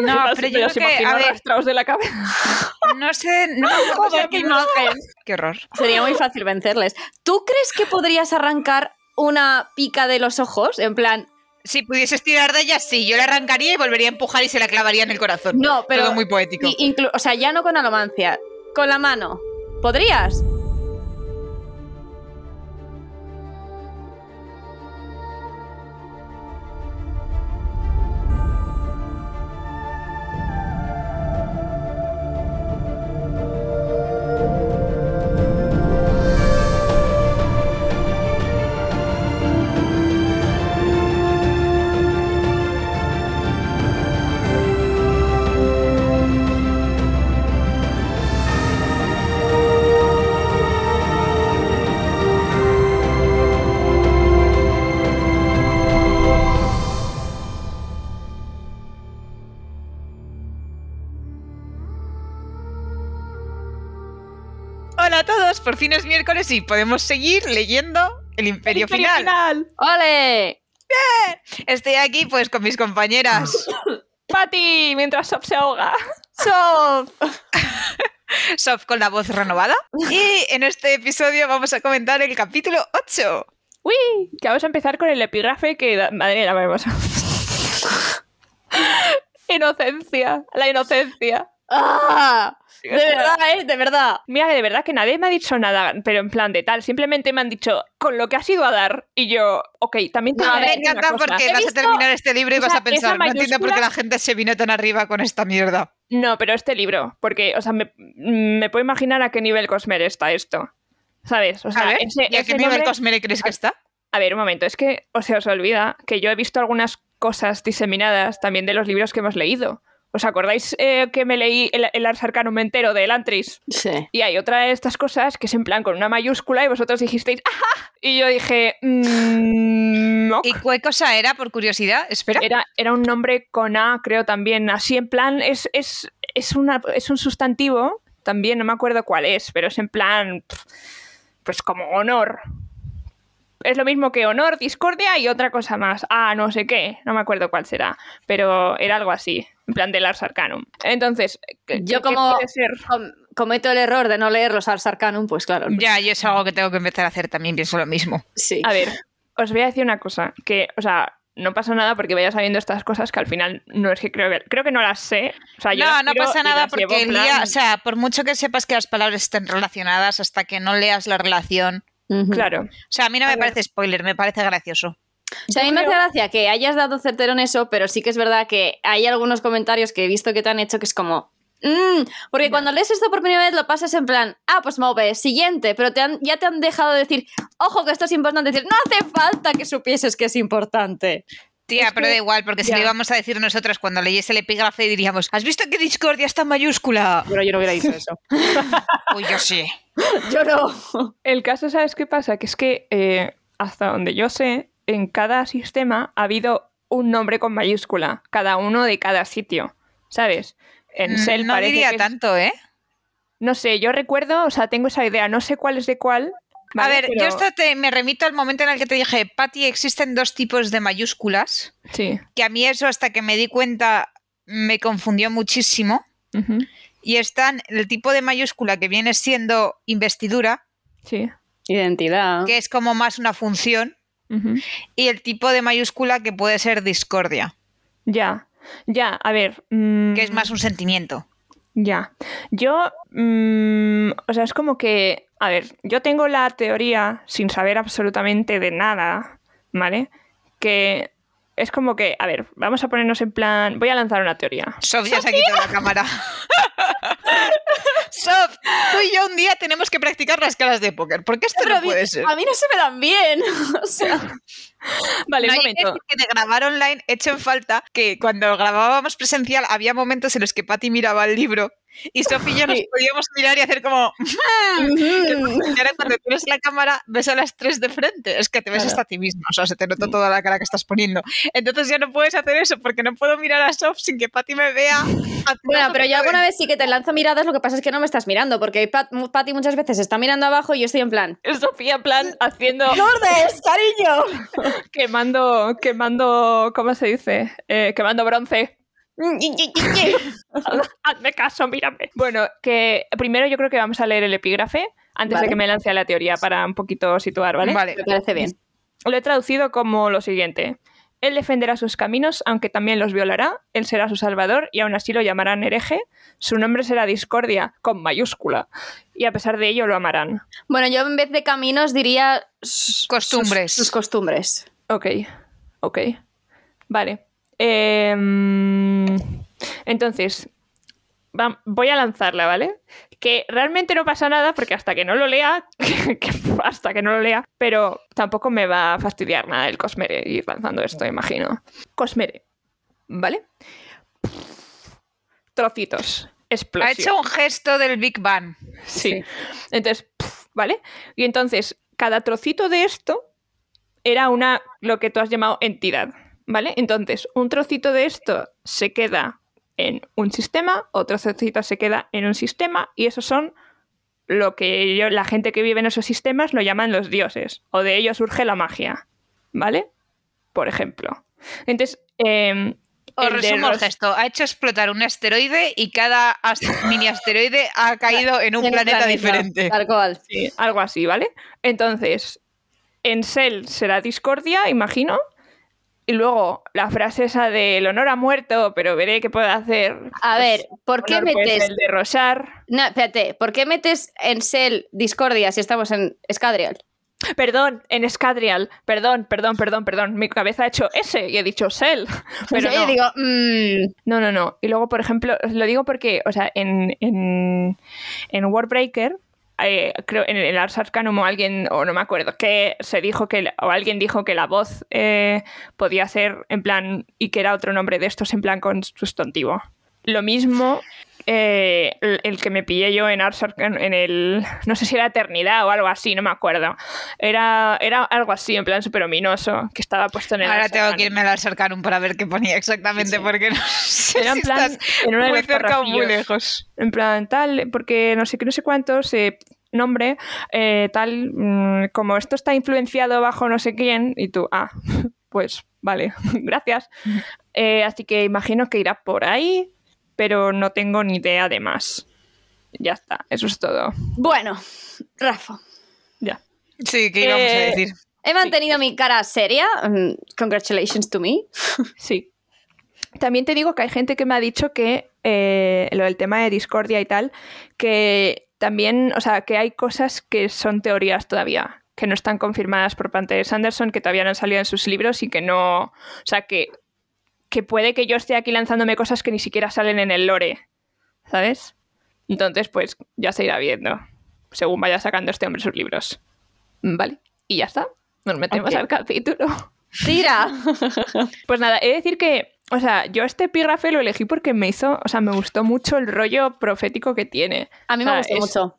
No, Las- pero yo creo los que, imagino a ver, arrastrados de la cabeza. no sé, no me acuerdo de qué imagen. Qué horror. Sería muy fácil vencerles. ¿Tú crees que podrías arrancar una pica de los ojos? En plan, Si pudieses tirar de ella, sí, yo la arrancaría y volvería a empujar y se la clavaría en el corazón. no, pero. Todo muy poético. i- inclu- o sea, ya no con alomancia, con la mano. ¿Podrías? Hola a todos, por fin es miércoles y podemos seguir leyendo El Imperio, Final. ¡Ole! Estoy aquí pues con mis compañeras Patty, mientras Sof se ahoga. ¡Sof! Sof con la voz renovada. Y en este episodio vamos a comentar el capítulo 8. ¡Uy! Que vamos a empezar con el epígrafe que... da- Madre mía, vamos. inocencia. La inocencia. ¡Ah! De verdad, ¿eh? De verdad. Mira, de verdad que nadie me ha dicho nada, pero en plan de tal. Simplemente me han dicho con lo que has ido a dar. Y yo, ok, también te No, voy a Me decir una encanta cosa. porque He vas a visto- terminar este libro y vas esa- a pensar, esa no entiendo por qué mayúscula- la gente se vino tan arriba con esta mierda. No, pero este libro, porque, o sea, me, me puedo imaginar a qué nivel Cosmer está esto. ¿Sabes? O sea, a ver, ese, ¿y a ese qué nivel nombre- Cosmere crees que está? A ver, un momento, es que o se os olvida que yo he visto algunas cosas diseminadas también de los libros que hemos leído. ¿Os acordáis eh, que me leí el, el Ars Arcanum entero de Elantris? Sí. Y hay otra de estas cosas que es en plan con una mayúscula y vosotros dijisteis ¡Ajá! Y yo dije... "Mm, ok". ¿Y qué cosa era, por curiosidad? Espera. Era, era un nombre con A, creo también. Así en plan, es, es, es, una, es un sustantivo también, no me acuerdo cuál es, pero es en plan, pf, pues como honor. Es lo mismo que honor, discordia y otra cosa más. Ah, no sé qué, no me acuerdo cuál será, pero era algo así, en plan del Ars Arcanum. Entonces, ¿qué- Yo qué como- puede ser? cometo el error de no leer los Ars Arcanum, pues claro. Ya, yo es algo que tengo que empezar a hacer también, pienso lo mismo. Sí. A ver, os voy a decir una cosa, que, o sea, no pasa nada porque vaya sabiendo estas cosas que al final no es que creo que, creo que no las sé. O sea, Ah, yo no, las no tiro pasa y nada las llevo porque en el plan- día, o sea, por mucho que sepas que las palabras estén relacionadas, hasta que no leas la relación. Ujú. Claro. O sea, a mí no A me ver. parece spoiler, me parece gracioso. O sea, a mí me hace gracia que hayas dado certero en eso, pero sí que es verdad que hay algunos comentarios que he visto que te han hecho que es como. "Mm", porque cuando lees esto por primera vez lo pasas en plan, ah, pues move, siguiente, pero te han- ya te han dejado decir, ojo que esto es importante, decir, no hace falta que supieses que es importante. Tía, Es pero que- da igual, porque si ya. lo íbamos a decir nosotras cuando leyese el epígrafe diríamos, ¿has visto que Discordia está en mayúscula? Pero yo no hubiera dicho eso. Uy, yo sí. yo no. El caso, ¿sabes qué pasa? Que es que, eh, hasta donde yo sé, en cada sistema ha habido un nombre con mayúscula, cada uno de cada sitio, ¿sabes? En Mm, Cell no parece diría que es- tanto, ¿eh? No sé, yo recuerdo, o sea, tengo esa idea, no sé cuál es de cuál. A ¿vale? ver, Pero- yo esto te- me remito al momento en el que te dije, Patty, existen dos tipos de mayúsculas, Sí. que a mí eso hasta que me di cuenta me confundió muchísimo. ujú, Y están el tipo de mayúscula que viene siendo investidura, Sí. Identidad. que es como más una función, ujú. y el tipo de mayúscula que puede ser discordia, Ya. Ya, a ver. que es mm, más un sentimiento. Ya. Yo, mm, o sea, es como que, a ver, yo tengo la teoría, sin saber absolutamente de nada, ¿vale? Que es como que, a ver, vamos a ponernos en plan, voy a lanzar una teoría. Sof ya se ha quitado la cámara. Sof, tú y yo un día tenemos que practicar las caras de póker, porque esto Pero a no mí- puede ser. A mí no se me dan bien. O sea, Vale, No, un y momento. decir que de grabar online hecho en falta que cuando grabábamos presencial había momentos en los que Patty miraba el libro y Sofía y yo nos Sí. podíamos mirar y hacer como... mm. Y ahora cuando tienes la cámara ves a las tres de frente. Es que te ves Claro. hasta a ti misma. O sea, se te nota toda la cara que estás poniendo. Entonces ya no puedes hacer eso porque no puedo mirar a Sof sin que Patty me vea. Bueno, pero yo alguna vez sí que te lanzo miradas, lo que pasa es que no me estás mirando, porque Pat- Patty muchas veces está mirando abajo y yo estoy en plan. Sofía, en plan, haciendo, ¡Lourdes, cariño! quemando, quemando, ¿cómo se dice? Eh, quemando bronce. Hazme caso, mírame. Bueno, que primero yo creo que vamos a leer el epígrafe antes Vale. de que me lance a la teoría para un poquito situar, ¿vale? Vale. Me parece bien. Lo he traducido como lo siguiente. Él defenderá sus caminos, aunque también los violará. Él será su salvador y aún así lo llamarán hereje. Su nombre será discordia, con mayúscula. Y a pesar de ello lo amarán. Bueno, yo en vez de caminos diría sus- Costumbres. Sus, sus costumbres. Ok, ok. Vale. Em, entonces, va- voy a lanzarla, ¿vale? Que realmente no pasa nada porque hasta que no lo lea, que- que hasta que no lo lea, pero tampoco me va a fastidiar nada el Cosmere ir lanzando esto, imagino. Cosmere, ¿vale? Trocitos. Explosión. Ha hecho un gesto del Big Bang. Sí. Entonces, pf, ¿vale? Y entonces, cada trocito de esto era una, lo que tú has llamado entidad, ¿vale? Entonces, un trocito de esto se queda en un sistema, otro trocito se queda en un sistema, y esos son lo que yo- la gente que vive en esos sistemas lo llaman los dioses, o de ellos surge la magia, ¿vale? Por ejemplo. Entonces, em, Os el de resumo el Ros- gesto. Ha hecho explotar un asteroide y cada as- mini asteroide ha caído en un En planeta, diferente. Tal cual. Sí, algo así, ¿vale? Entonces, en Cell será discordia, imagino. Y luego la frase esa de el honor ha muerto, pero veré qué puedo hacer. A ver, ¿por qué Honor, pues, metes el de Rosar? No, espérate, ¿por qué metes en Cell Discordia si estamos en Escadrial? Perdón, en Escadrial. Perdón, perdón, perdón, perdón. Mi cabeza ha hecho S y he dicho Cell. Pero O sea, Pues yo no. digo, mm, No, no, no. Y luego, por ejemplo, os lo digo porque, o sea, en, en, en Warbreaker, eh, creo en el Ars Arcanum o alguien, o no me acuerdo, que se dijo que, la- o alguien dijo que la voz eh, podía ser en plan, y que era otro nombre de estos en plan con sustantivo. Lo mismo eh, el, el que me pillé yo en Ars Arcanum, en el, no sé si era Eternidad o algo así, no me acuerdo. Era, era algo así, en plan súper ominoso, que estaba puesto en el Ahora Ars tengo Arcanum. que irme al Arcanum para ver qué ponía exactamente, Sí. porque no sé Era en si plan, estás en uno de muy los cerca o muy parrafillos. lejos. En plan, tal, porque no sé qué, no sé cuántos, eh, nombre, eh, tal, mm, como esto está influenciado bajo no sé quién, y tú, ah, pues vale, gracias. Eh, así que imagino que irá por ahí, pero no tengo ni idea de más. Ya está, eso es todo. bueno, Rafa, Ya. Sí, que íbamos Eh, a decir. he mantenido mi cara seria. mm, Congratulations to me. Sí. También te digo que hay gente que me ha dicho que eh, lo del tema de discordia y tal, que también, o sea, que hay cosas que son teorías todavía, que no están confirmadas por parte de Sanderson, que todavía no han salido en sus libros y que no, o sea, que, que puede que yo esté aquí lanzándome cosas que ni siquiera salen en el lore, ¿sabes? Entonces, pues ya se irá viendo, según vaya sacando este hombre sus libros. Vale, y ya está, nos metemos Ok. al capítulo. Tira. Pues nada, he de decir que, o sea, yo este epígrafe lo elegí porque me hizo, o sea, me gustó mucho el rollo profético que tiene. A mí me Ah, gustó es- mucho.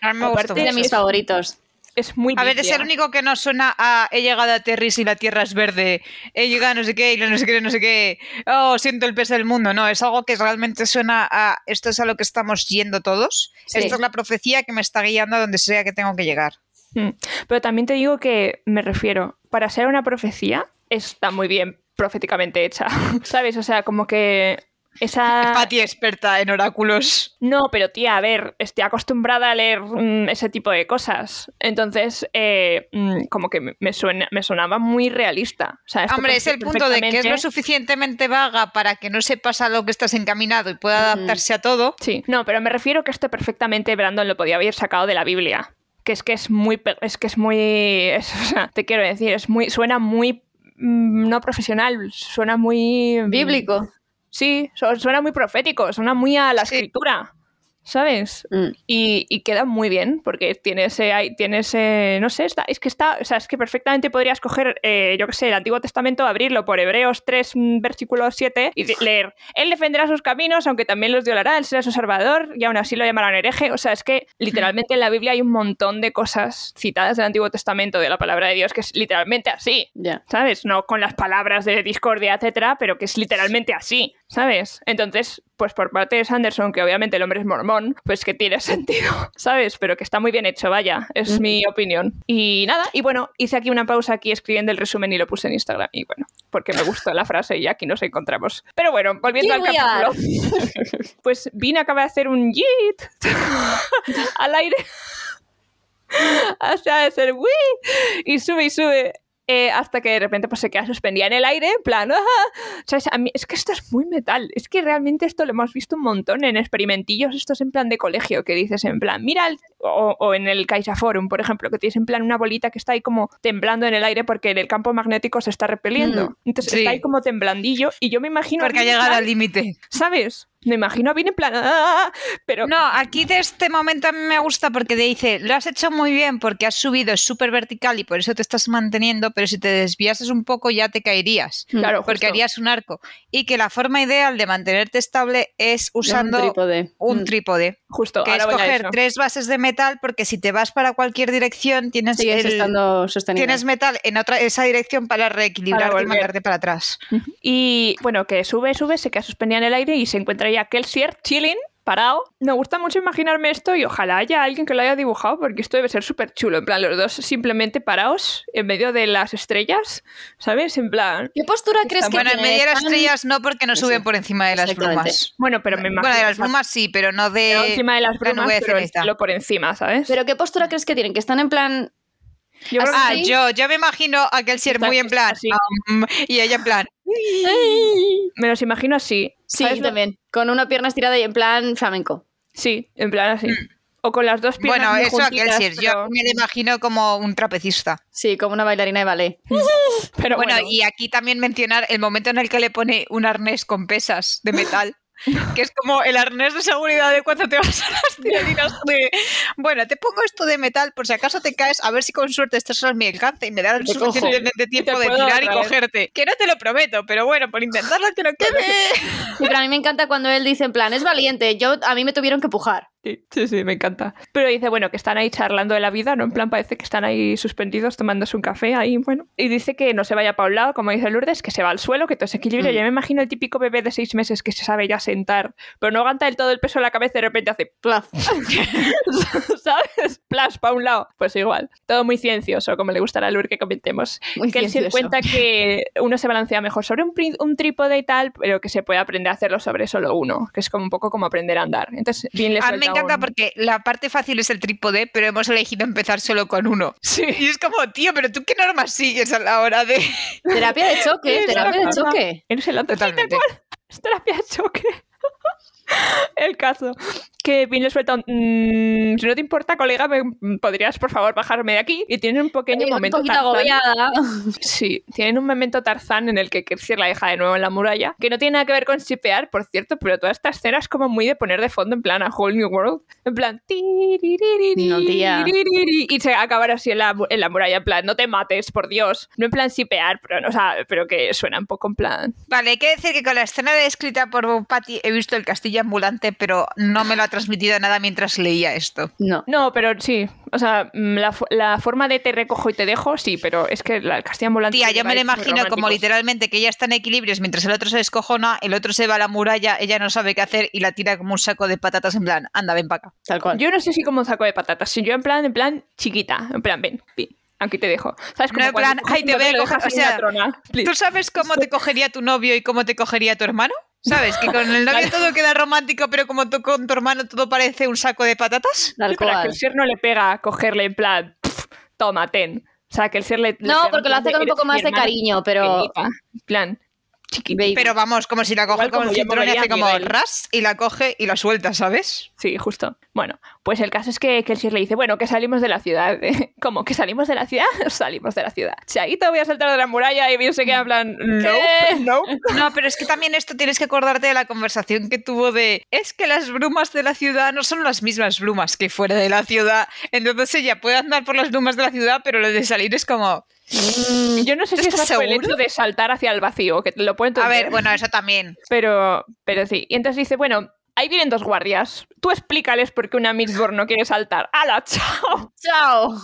A mí me aparte gustó Es de mucho. mis favoritos. Es muy A ver, es biblia. el único que no suena a he llegado a Terris y la tierra es verde, he llegado a no sé qué y lo no sé qué, no sé qué, oh, siento el peso del mundo. No, es algo que realmente suena a esto es a lo que estamos yendo todos. Sí. Esta es la profecía que me está guiando a donde sea que tengo que llegar. Mm. Pero también te digo que me refiero, para ser una profecía, está muy bien proféticamente hecha, ¿sabes? O sea, como que esa... Pati experta en oráculos. No, pero tía, a ver, estoy acostumbrada a leer mm, ese tipo de cosas. Entonces, eh, mm, como que me- me, suena, me sonaba muy realista. O sea, esto Hombre, puede es ser el punto de que es lo perfectamente- suficientemente vaga para que no sepas a lo que estás encaminado y pueda Mm. adaptarse a todo. Sí, no, pero me refiero que esto perfectamente Brandon lo podía haber sacado de la Biblia. Que es que es muy. pe- Es que es muy. es- o sea, te quiero decir, es muy. Suena muy. mm, No profesional, suena muy. mm, Bíblico. Sí, su- suena muy profético, suena muy a la Sí. escritura, ¿sabes? Mm. Y, y queda muy bien, porque tiene ese. hay- Tiene ese no sé, está, es que está. O sea, es que perfectamente podrías coger, eh, yo qué sé, el Antiguo Testamento, abrirlo por Hebreos 3, mm, versículo 7, y de- leer: Él defenderá sus caminos, aunque también los violará, él será su salvador, y aún así lo llamarán hereje. O sea, es que literalmente en la Biblia hay un montón de cosas citadas del Antiguo Testamento, de la palabra de Dios, que es literalmente así. Ya. ¿sabes? No con las palabras de discordia, etcétera, pero que es literalmente así. ¿sabes? Entonces, pues por parte de Sanderson, que obviamente el hombre es mormón, pues que tiene sentido, ¿sabes? Pero que está muy bien hecho, vaya, es mi opinión. Y nada, y bueno, hice aquí una pausa aquí escribiendo el resumen y lo puse en Instagram, y bueno, porque me gustó la frase y aquí nos encontramos. Pero bueno, volviendo al Here we are. capítulo, pues Vin acaba de hacer un yeet al aire. Hasta de ser ¡Wii! y sube y sube eh, hasta que de repente pues, se queda suspendida en el aire, en plan, ¡ah! ¿Sabes? A mí- es que esto es muy metal. Es que realmente esto lo hemos visto un montón en experimentillos, estos en plan de colegio, que dices en plan, mira, el-", o, o en el Caixa Forum, por ejemplo, que tienes en plan una bolita que está ahí como temblando en el aire porque el campo magnético se está repeliendo. Mm, Entonces sí. está ahí como temblandillo y yo me imagino... a Porque ha Vin en llegado plan, al límite. ¿Sabes? Me imagino a Vin en plan, ¡ah! Pero... No, aquí de este momento a mí me gusta porque te dice, lo has hecho muy bien porque has subido súper vertical y por eso te estás manteniendo, pero si te desviases un poco ya te caerías. Claro, Porque justo. harías un arco. Y que la forma ideal de mantenerte estable es usando un trípode. un Mm. trípode, Justo, que ahora es voy a coger eso. tres bases de metal, porque si te vas para cualquier dirección, tienes, Sigues el- estando sostenido. tienes metal en otra esa dirección para reequilibrarte Para y volver. mandarte para atrás. Y bueno, que sube, sube, se queda suspendida en el aire y se encuentra ya Kelsier chilling, parado. Me gusta mucho imaginarme esto y ojalá haya alguien que lo haya dibujado porque esto debe ser súper chulo. En plan, los dos simplemente parados en medio de las estrellas, ¿sabes? En plan. ¿Qué postura crees que Bueno, en tiene? medio de las Están- estrellas no, porque no Sí, suben sí. por encima de las Exactamente. brumas. Bueno, pero me imagino. Bueno, de las brumas sí, pero no de pero encima de las la brumas, nube pero ceniza. estilo por encima, ¿sabes? ¿Pero qué postura crees que tienen? Que están en plan... Yo creo que Ah, sí. yo, yo me imagino a Kelsier Está- muy en plan. así. "Um", y ella en plan. me los imagino así. Sí, ¿sabes? yo también. Con una pierna estirada y en plan flamenco. Sí, en plan así. O con las dos piernas. Mm. Bueno, muy eso a juntitas, Kelsier. Yo pero- me lo imagino como un trapecista. Sí, como una bailarina de ballet. pero bueno, bueno. y aquí también mencionar el momento en el que le pone un arnés con pesas de metal. Que es como el arnés de seguridad de cuando te vas a las tirolinas de... Bueno, te pongo esto de metal por si acaso te caes, a ver si con suerte estás a mi alcance y me da el Te cojo. suficiente de tiempo Te de puedo tirar y otra vez. cogerte. Que no te lo prometo, pero bueno, por intentarlo te lo quede. Sí, pero a mí me encanta cuando él dice en plan, es valiente, yo, a mí me tuvieron que empujar. Sí, sí, sí, me encanta. Pero dice, bueno, que están ahí charlando de la vida, ¿no? En plan, parece que están ahí suspendidos tomándose un café ahí, bueno. Y dice que no se vaya para un lado, como dice Lourdes, que se va al suelo, que todo se equilibra. Mm. Yo me imagino el típico bebé de seis meses que se sabe ya sentar, pero no aguanta del todo el peso en la cabeza y de repente hace, Plaf. ¿sabes? Plas, para un lado. Pues igual. Todo muy ciencioso, como le gustará a Lourdes que comentemos. Muy que él se ciencioso. cuenta que uno se balancea mejor sobre un, pri- un trípode y tal, pero que se puede aprender a hacerlo sobre solo uno, que es como un poco como aprender a andar. Entonces, bien le A mí me suelta encanta un- porque la parte fácil es el trípode, pero hemos elegido empezar solo con uno. Sí. Y es como, tío, pero tú qué normas sigues a la hora de... Terapia de choque, Sí, terapia de exacto. choque. Él se lanza Totalmente. Sí, tal cual. Es terapia de choque. El caso. Que Vin le suelta un... "Mm, si no te importa, colega, me- podrías, por favor, bajarme de aquí. Y tienen un pequeño Estoy Un momento poquito Tarzán. agobiada. Sí, tienen un momento Tarzán en el que Kirsi la deja de nuevo en la muralla. Que no tiene nada que ver con shipear, por cierto, pero toda esta escena es como muy de poner de fondo en plan a Whole New World. En plan... "Tiririri, No, tía. tiririri", Y se acabar así en la, mu- en la muralla, en plan, no te mates, por Dios. No en plan shipear, pero, no- o sea, pero que suena un poco en plan... Vale, hay que decir que con la escena descrita por Bob Patty he visto el castillo ambulante, pero no me lo ha transmitido nada mientras leía esto. No. No, pero sí. O sea, mm, la, fo- la forma de te recojo y te dejo, sí, pero es que la, el castillo ambulante. Tía, tiene yo me lo vibes muy imagino como románticos. literalmente que ella está en equilibrios mientras el otro se descojona, el otro se va a la muralla, ella no sabe qué hacer y la tira como un saco de patatas en plan, anda, ven para acá. Tal cual. Yo no sé si como un saco de patatas, si yo en plan, en plan chiquita, en plan, ven, ven, aquí te dejo. ¿Sabes? No, Como en cuando plan, coges "Ay, un te bebé y veo", lo dejas o ahí en la sea, trona. ¿Tú Please. sabes cómo te cogería tu novio y cómo te cogería tu hermano? ¿Sabes? Que con el novio todo queda romántico, pero como tú con tu hermano todo parece un saco de patatas. Tal Sí, Para que cual. el ser no le pega a cogerle en plan, "Pff, toma, ten. O sea, que el ser le. le No, pega porque lo en plan hace con un "Eres poco mi más de hermana cariño, pero... pequeñita", En plan, chiquita. baby. Pero vamos, como si la coge Igual con como el yo cinturón y movería hace a mi como baile. ras y la coge y la suelta, ¿sabes? Sí, justo. Bueno, pues el caso es que Kelsier le dice, bueno, que salimos de la ciudad. ¿Cómo? ¿Que salimos de la ciudad? Salimos de la ciudad. Si ahí te voy a saltar de la muralla y bien se queda en plan, no, ¿Qué? no. No, pero es que también esto tienes que acordarte de la conversación que tuvo de es que las brumas de la ciudad no son las mismas brumas que fuera de la ciudad. Entonces ella puede andar por las brumas de la ciudad, pero lo de salir es como... Mm, Yo no sé ¿Tú si es estás más por el seguro? hecho de saltar hacia el vacío, que lo puedo A entender. ver, bueno, eso también. Pero, pero sí. Y entonces dice, bueno, Ahí vienen dos guardias. Tú explícales por qué una Mistborn no quiere saltar. ¡Hala, chao! ¡Chao!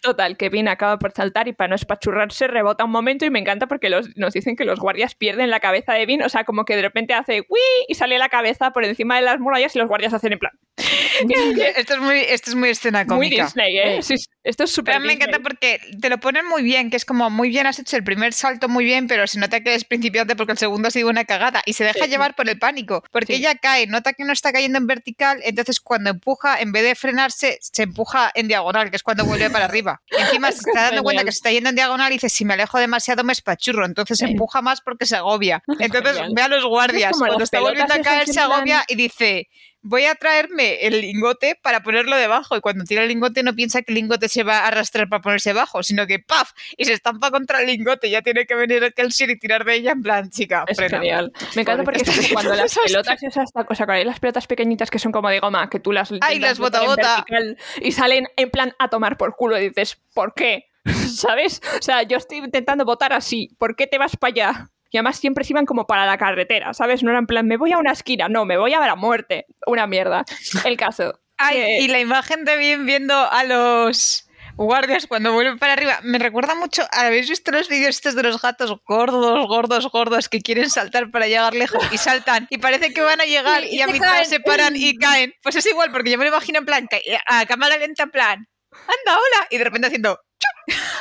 Total, que Vin acaba por saltar y para no espachurrarse rebota un momento y me encanta porque los- nos dicen que los guardias pierden la cabeza de Vin. O sea, como que de repente hace ¡Wii! y sale la cabeza por encima de las murallas y los guardias hacen en plan. Esto es muy, esto es muy escena Muy cómica. Disney, ¿eh? Sí, sí, esto es súper Pero me encanta Disney. porque te lo ponen muy bien, que es como muy bien, has hecho el primer salto muy bien, pero se nota que eres principiante porque el segundo ha sido una cagada y se deja Sí. llevar por el pánico, porque Sí. ella cae, nota que no está cayendo en vertical, entonces cuando empuja, en vez de frenarse, se empuja en diagonal, que es cuando vuelve para arriba. Y encima se que está es dando cuenta genial. que se está yendo en diagonal y dice, si me alejo demasiado me espachurro, entonces Sí. empuja más porque se agobia. Entonces genial. ve a los guardias, como cuando las está volviendo pelotas a esas caer en se plan- agobia y dice, voy a traerme el lingote para ponerlo debajo. Y cuando tira el lingote no piensa que el lingote se va a arrastrar para ponerse abajo, sino que ¡paf! Y se estampa contra el lingote. Ya tiene que venir el Kelsier y tirar de ella en plan, chica, Es frena. genial. Me encanta porque es Pobrecita. como cuando las Desastre. pelotas esas, o sea, cuando hay las pelotas pequeñitas que son como de goma, que tú las Ay, intentas las bota botar en bota. vertical y salen en plan a tomar por culo y dices, ¿por qué? ¿Sabes? O sea, yo estoy intentando votar así, ¿por qué te vas para allá? Y además siempre se iban como para la carretera, ¿sabes? No era en plan, me voy a una esquina, no, me voy a la muerte. Una mierda. El caso. Ay, que- y la imagen de bien viendo a los guardias cuando vuelven para arriba. Me recuerda mucho, ¿habéis visto los vídeos estos de los gatos gordos, gordos, gordos que quieren saltar para llegar lejos y saltan y parece que van a llegar Y- y, y a se mitad caen. se paran y caen? Pues es igual, porque yo me lo imagino en plan, ca- a cámara lenta en plan, anda, hola, y de repente haciendo...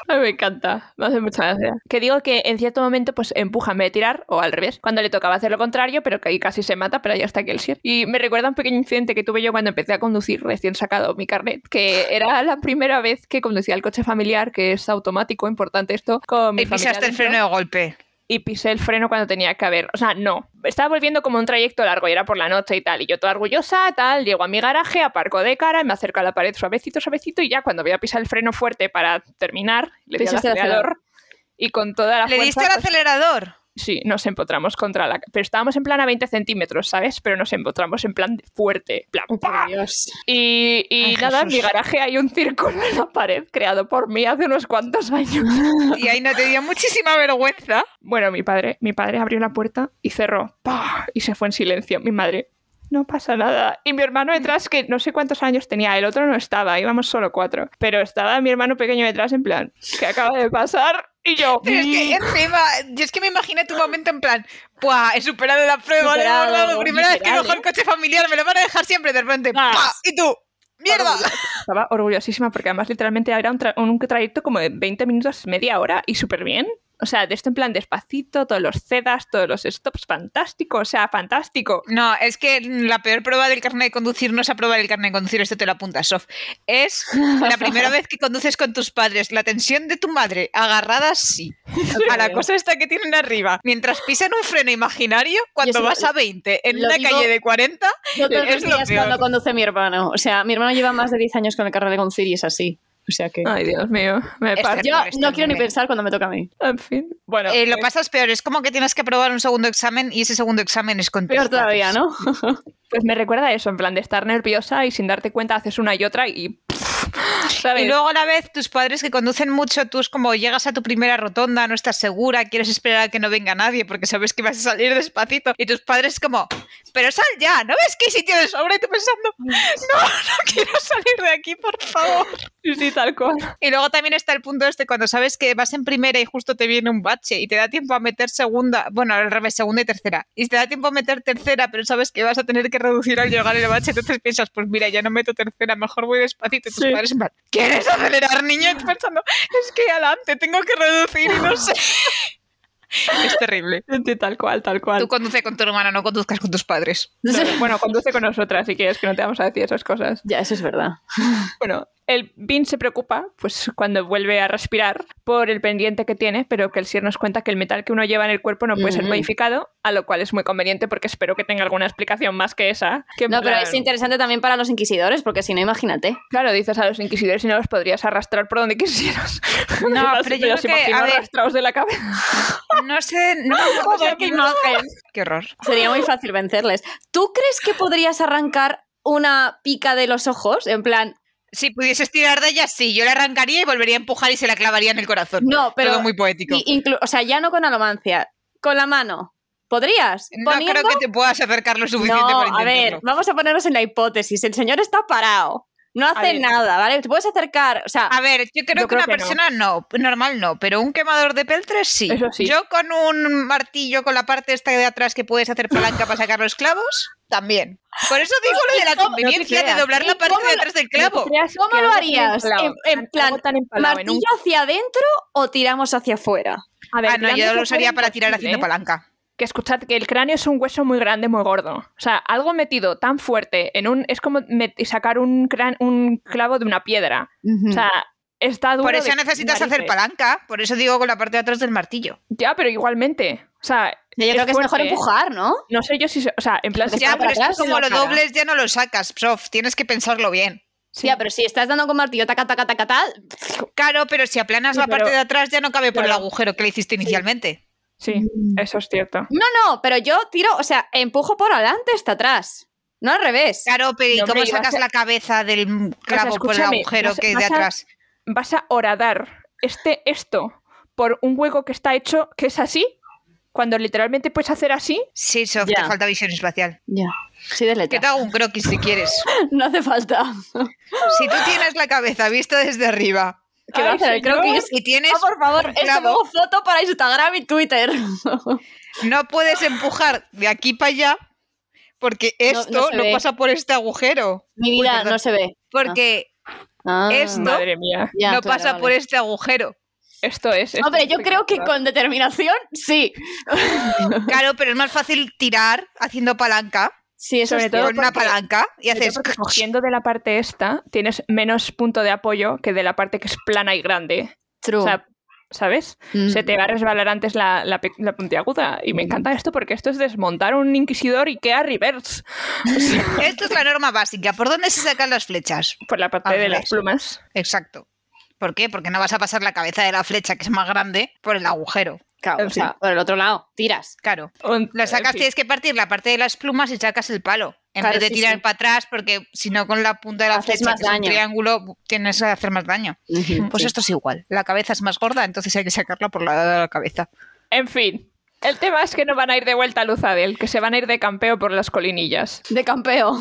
Ay, me encanta, me hace mucha gracia. Que digo que en cierto momento, pues empuja en vez de tirar, o al revés, cuando le tocaba hacer lo contrario, pero que ahí casi se mata, pero ya está Kelsier. Y me recuerda un pequeño incidente que tuve yo cuando empecé a conducir, recién sacado mi carnet, que era la primera vez que conducía el coche familiar, que es automático, importante esto, con mi Y familia pisaste el dentro freno de golpe. y pisé el freno cuando tenía que haber. O sea, no. Estaba volviendo como un trayecto largo y era por la noche y tal. Y yo toda orgullosa, tal, llego a mi garaje, aparco de cara, me acerco a la pared suavecito, suavecito y ya cuando voy a pisar el freno fuerte para terminar, le di al Pisaste el acelerador y con toda la ¿Le fuerza, diste al pues, acelerador? sí, nos empotramos contra la... Pero estábamos en plan a 20 centímetros, ¿sabes? Pero nos empotramos en plan fuerte. plan, ¡pa! Dios. Y, y Ay, nada, en mi Jesús. garaje hay un círculo en la pared creado por mí hace unos cuantos años. Y ahí no te dio muchísima vergüenza. Bueno, mi padre, mi padre abrió la puerta y cerró. ¡Pah! Y se fue en silencio. Mi madre, no pasa nada. Y mi hermano detrás, que no sé cuántos años tenía, el otro no estaba, íbamos solo cuatro. Pero estaba mi hermano pequeño detrás en plan, ¿qué acaba de pasar? Y yo, Pero es que encima, yo es que me imagino tu momento en plan, ¡buah! He superado la prueba, lo he Superado, logrado, primera vez que literal, cojo el ¿eh? coche familiar, me lo van a dejar siempre de repente, Ah. ¡pa! Y tú, ¡mierda! Orgullosa. Estaba orgullosísima porque además literalmente era un, tra- un trayecto como de 20 minutos, media hora y súper bien. O sea, de esto en plan despacito, todos los cedas, todos los stops, fantástico, o sea, fantástico. No, es que la peor prueba del carnet de conducir no es aprobar el carnet de conducir, esto te lo apuntas, Sof. Es la primera vez que conduces con tus padres, la tensión de tu madre, agarrada así, a la cosa esta que tienen arriba, mientras pisan un freno imaginario Yo cuando eso vas lo- a 20 en lo una digo- calle de 40, Yo todos Es los lo días peor. cuando conduce mi hermano. O sea, mi hermano lleva más de 10 años con el carro de conducir y es así. O sea que... Ay, Dios mío, me Este- pasa. Yo terrible, es no quiero ni terrible. pensar cuando me toca a mí. En fin. Bueno, Eh, lo pasas peor, es como que tienes que aprobar un segundo examen y ese segundo examen es con tus Peor todavía, padres. ¿no? Pues me recuerda a eso, en plan de estar nerviosa y sin darte cuenta haces una y otra y... ¿Sabes? Y luego a la vez tus padres que conducen mucho, tú es como llegas a tu primera rotonda, no estás segura, quieres esperar a que no venga nadie porque sabes que vas a salir despacito y tus padres como, pero sal ya, ¿no ves que hay sitio de sobra? Y tú pensando, no, no quiero salir de aquí, por favor. Sí, sí, tal cual. Y luego también está el punto este cuando sabes que vas en primera y justo te viene un bache y te da tiempo a meter segunda, bueno, al revés, segunda y tercera. Y te da tiempo a meter tercera, pero sabes que vas a tener que reducir al llegar el bache, entonces piensas, pues mira, ya no meto tercera, mejor voy despacito. Y tus Sí. padres en plan, ¿quieres acelerar, niño? Y tú pensando, es que adelante, tengo que reducir y no sé. es terrible. Sí, tal cual, tal cual. Tú conduce con tu hermana, no conduzcas con tus padres. Claro, bueno, conduce con nosotras si quieres, que no te vamos a decir esas cosas. Ya, eso es verdad. Bueno, el Vin se preocupa, pues cuando vuelve a respirar, por el pendiente que tiene, pero que el Sir nos cuenta que el metal que uno lleva en el cuerpo no puede ser Mm. modificado, a lo cual es muy conveniente porque espero que tenga alguna explicación más que esa. que en No, pero plan- es interesante también para los inquisidores, porque si no, imagínate. Claro, dices a los inquisidores y no los podrías arrastrar por donde quisieras. No, Los- pero yo los creo que, a imagino ver- arrastrados de la cabeza. No sé, no me acuerdo Joder, de qué qué imagen. imagen. Qué horror. Sería muy fácil vencerles. ¿Tú crees que podrías arrancar una pica de los ojos? En plan, Si pudieses tirar de ella, sí. Yo la arrancaría y volvería a empujar y se la clavaría en el corazón. no, pero. Todo muy poético. i- inclu- o sea, ya no con alomancia, con la mano. ¿Podrías? No creo que te puedas acercar lo suficiente No, para a ver, intentarlo. vamos a ponernos en la hipótesis. El señor está parado. No hace ver. nada, ¿vale? Te puedes acercar, o sea, A ver, yo creo Yo que creo una que no. persona no. normal no, pero un quemador de peltres sí. Eso sí. Yo con un martillo con la parte esta de atrás que puedes hacer palanca para sacar los clavos, también. Por eso digo lo de la cómo- no te conveniencia de creas. doblar la ¿Y parte cómo de lo- atrás del clavo. ¿Cómo lo harías? En- en plan, ¿martillo hacia adentro o tiramos hacia afuera? A ver, Ah, no, yo tirando lo hacia usaría afuera para tirar imposible, haciendo ¿eh? palanca. Que escuchad que el cráneo es un hueso muy grande, muy gordo. O sea, algo metido tan fuerte en un. Es como met- sacar un, crán- un clavo de una piedra. O sea, está duro. Mm. Por eso de necesitas hacer narices. palanca, por eso digo con la parte de atrás del martillo. Ya, pero igualmente. O sea, yo creo es que es mejor fuerte. ¿eh? empujar, ¿no? no sé yo si. se- O sea, en plan. Porque si Ya, está para pero está es que atrás en como la lo cara. dobles ya no lo sacas, prof, tienes que pensarlo bien. Sí. Ya, pero si estás dando con martillo, taca, taca, taca, tal. Claro, pero si aplanas Sí, la parte pero- de atrás ya no cabe por el claro. agujero que le hiciste inicialmente. Sí, eso es cierto. No, no, pero yo tiro, o sea, empujo por adelante hasta atrás. No al revés. Claro, pero ¿y No, cómo hombre, y vas sacas a- la cabeza del clavo por el escúchame, agujero vas- que es de vas a- atrás? vas a horadar este, esto por un hueco que está hecho, que es así, cuando literalmente puedes hacer así. Sí, Sof, Ya. te falta visión espacial. Ya. Sí, de Que letra. te hago un croquis si quieres. No hace falta. Si tú tienes la cabeza vista desde arriba ¿Qué va a Ay, hacer? Creo señor. que es. y tienes, Ah, por favor, esto Bravo. luego foto para Instagram y Twitter. no puedes empujar de aquí para allá porque No- no esto se no ve. pasa por este agujero. Mi Uy, vida perdón. no se ve. Porque Ah. Esto- ¿No? Madre mía, Ya, no claro, pasa vale. por este agujero. esto es. esto Hombre, es yo creo que espectacular. con determinación sí. Claro, pero es más fácil tirar haciendo palanca, Sí, eso Sobre es todo con una porque- palanca, y Sobre todo haces... porque Cogiendo de la parte esta, tienes menos punto de apoyo que de la parte que es plana y grande. true. O sea, ¿sabes? Mm. Se te va a resbalar antes la, la, pe- la puntiaguda. Y me encanta esto porque esto es desmontar un inquisidor IKEA reverse Esto es la norma básica. ¿Por dónde se sacan las flechas? por la parte Al de revés. las plumas. Exacto. ¿Por qué? Porque no vas a pasar la cabeza de la flecha, que es más grande, por el agujero. Claro, en o sea, fin. por el otro lado, tiras. Claro. Un- Lo sacas, en fin. tienes que partir la parte de las plumas y sacas el palo. En Claro, vez de sí, tirar sí. para atrás, porque si no, con la punta de la Haces flecha, más que es un daño. Mm, triángulo, tienes que hacer más daño. Pues Sí. esto es igual. La cabeza es más gorda, entonces hay que sacarla por la, la cabeza. En fin, el tema es que no van a ir de vuelta a Luzadel, que se van a ir de campeo por las colinillas. De campeo.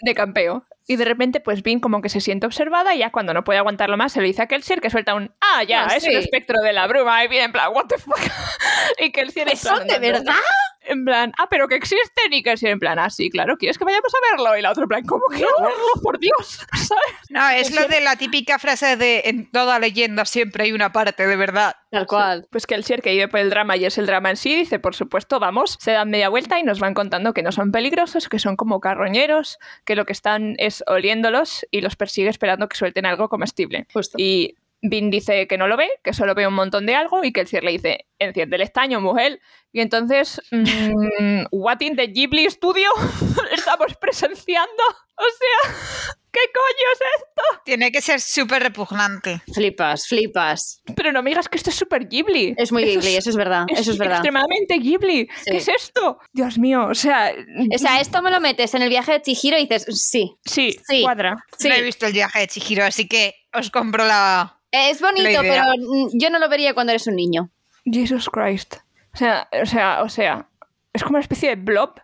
De campeo. Y de repente, pues Vin como que se siente observada y ya cuando no puede aguantarlo más se lo dice a Kelsier que suelta un ¡Ah, ya! Ah, es sí. el espectro de la bruma. Y Vin en plan, ¿What the fuck? Y Kelsier en ¿Eso plan... de andando. verdad? En plan, ah, pero que existen. Y Kelsier en plan, ah, sí, claro, ¿quieres que vayamos a verlo? Y la otra en plan, ¿cómo que a verlo? ¡Por Dios! ¿Sabes? No, es Pues Es lo cierto. de la típica frase de en toda leyenda siempre hay una parte de verdad. Tal cual. Pues Kelsier, que vive por el drama y es el drama en sí, dice, por supuesto, vamos, se dan media vuelta y nos van contando que no son peligrosos, que son como carroñeros, que lo que están es oliéndolos y los persigue esperando que suelten algo comestible. Justo. Y Vin dice que no lo ve, que solo ve un montón de algo y Kelsier le dice, enciende el estaño, mujer. Y entonces, mm, what in the Ghibli Studio estamos presenciando. O sea, ¿qué coño es esto? Tiene que ser súper repugnante. Flipas, flipas. Pero no me digas que esto es súper Ghibli. Es muy Eso Ghibli, eso es verdad. Eso es verdad. Extremadamente Ghibli. Sí. ¿Qué es esto? Dios mío, o sea, O sea, esto me lo metes en el viaje de Chihiro y dices, sí, sí, sí. cuadra. sí. No he visto el viaje de Chihiro, así que os compro la... Es bonito, La idea. pero mm, yo no lo vería cuando eres un niño. Jesus Christ. O sea, o sea, o sea, es como una especie de blob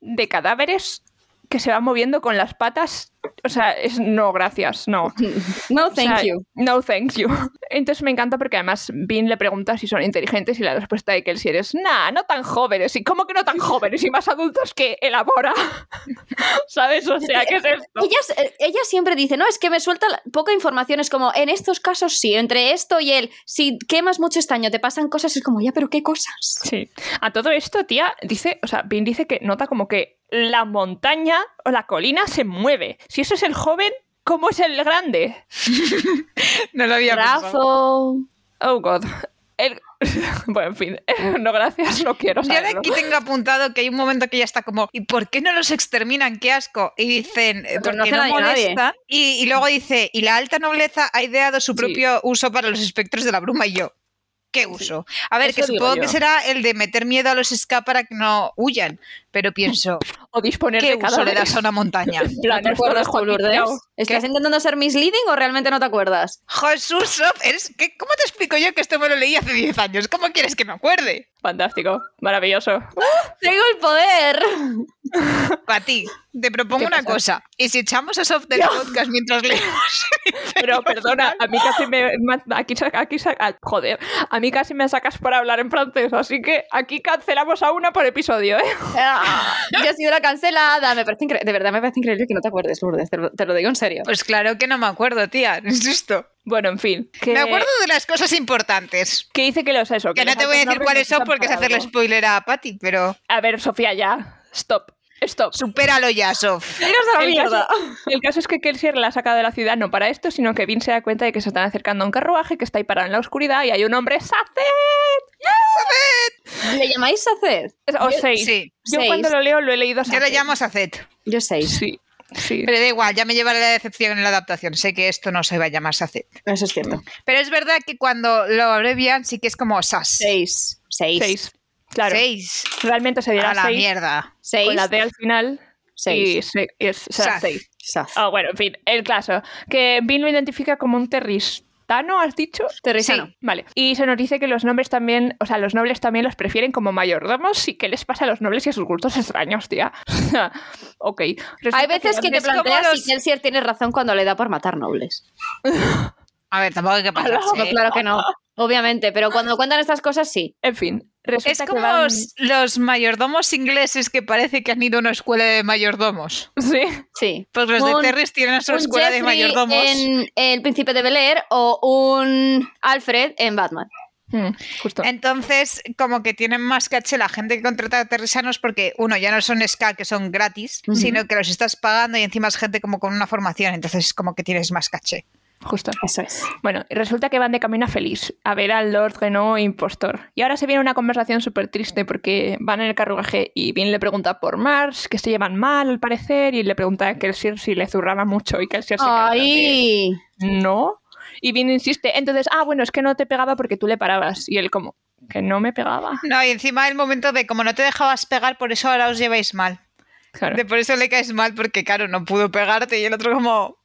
de cadáveres que se va moviendo con las patas. O sea, es no, gracias, no. No, O thank sea, you. No, thank you. Entonces me encanta porque además Bean le pregunta si son inteligentes y la respuesta de Kelsey es, nah, no tan jóvenes. ¿Y cómo que no tan jóvenes? Y más adultos que elabora. ¿Sabes? O sea, ¿qué es esto? Ellas- eh, ella siempre dice, no, es que me suelta la- poca información, es como, en estos casos sí, entre esto y él, si quemas mucho estaño, te pasan cosas, es como, ya, pero ¿qué cosas? Sí. A todo esto, tía, dice, o sea, Vin dice que nota como que la montaña o la colina se mueve. Si eso es el joven, ¿cómo es el grande? No lo había pensado. Raffo. Oh, God. El- Bueno, en fin. No, gracias, no quiero Yo de saberlo. aquí tengo apuntado que hay un momento que ya está como, ¿y por qué no los exterminan? ¡Qué asco! Y dicen, eh, Pero no hace porque no daño a nadie. molesta. Y, y luego dice, y la alta nobleza ha ideado su propio uso para los espectros de la bruma y yo. ¿Qué uso? A ver, Eso que digo supongo que yo. será el de meter miedo a los ska para que no huyan, pero pienso, O disponer ¿qué de cada uso le das a una montaña? ¿No te acuerdas tú, Lourdes? ¿Estás ¿Qué? intentando ser misleading o realmente no te acuerdas? Jesús, eres- ¿qué- ¿cómo te explico yo que esto me lo leí hace 10 años? ¿Cómo quieres que me acuerde? Fantástico, maravilloso. ¡Tengo el poder! Para ti, te propongo ¿Qué una pasa? cosa. ¿Y si echamos a Soft del podcast mientras leemos? Pero perdona, a mí casi me. ma- Aquí, sa- aquí, sa- ah, joder, a mí casi me sacas para hablar en francés, así que aquí cancelamos a una por episodio, ¿eh? Yo he sido la cancelada. Me parece incre- De verdad, me parece increíble que no te acuerdes, Lourdes. Te lo, te lo digo en serio. Pues claro que no me acuerdo, tía, insisto. Bueno, en fin. Que, Me acuerdo de las cosas importantes. que dice que los eso. Que no los te voy a altos decir nombres cuáles son usan porque es para hacerle algo. spoiler a Patty, pero A ver, Sofía, ya. Stop. Stop. supéralo ya, Sof. ¡Tiras El caso, el caso es que Kelsier la ha sacado de la ciudad no para esto, sino que Vin se da cuenta de que se están acercando a un carruaje que está ahí parado en la oscuridad y hay un hombre ¡Saced! ¿Le llamáis Saced? O seis. Sí, Yo Seis. cuando lo leo lo he leído yo le Saced. llamo Sacet. Yo seis. Sí, sí. Pero da igual, ya me llevaré la decepción en la adaptación. Sé que esto no se va a llamar Sacet. Eso es cierto. Pero es verdad que cuando lo abrevian sí que es como SAS. Seis. Seis. Seis. Claro. Seis. Realmente se dirá A la seis mierda. Seis. con la D al final Seis. y se- y es o sea, Saz. seis. Saz. Ah, bueno, en fin, el caso. Que Vin lo identifica como un terristano, ¿has dicho? Terrisano. sí. Vale. Y se nos dice que los nobles también, o sea, los nobles también los prefieren como mayordomos y qué les pasa a los nobles y a sus gustos extraños, tía. ok. Resulta Hay veces que te Es como planteas los- si Kelsier tiene razón cuando le da por matar nobles. A ver, tampoco hay que Ala, pasarse. No, ¿eh? claro que no. Obviamente, pero cuando cuentan estas cosas, sí. En fin. Resulta Es que como van- s- los mayordomos ingleses que parece que han ido a una escuela de mayordomos. Sí. Sí. Pues los Un- de Terris tienen su un escuela de Jeffrey mayordomos. en El Príncipe de Bel Air o un Alfred en Batman. Hmm. Mm, justo. Entonces, como que tienen más caché la gente que contrata a terrisanos porque, uno, ya no son SK que son gratis, Ujú. sino que los estás pagando y encima es gente como con una formación, entonces es como que tienes más caché. Justo. Eso es. Bueno, y resulta que van de camino a feliz, a ver al Lord Renault impostor. Y ahora se viene una conversación súper triste porque van en el carruaje y bien le pregunta por Mars, que se llevan mal al parecer, y le pregunta a Kelsier si le zurraba mucho y Kelsier se queda de, ¡Ay! No. Y bien insiste, entonces, ah, bueno, es que no te pegaba porque tú le parabas. Y él como, que no me pegaba. No, y encima el momento de como no te dejabas pegar, por eso ahora os lleváis mal. Claro. De por eso le caes mal porque, claro, no pudo pegarte y el otro como...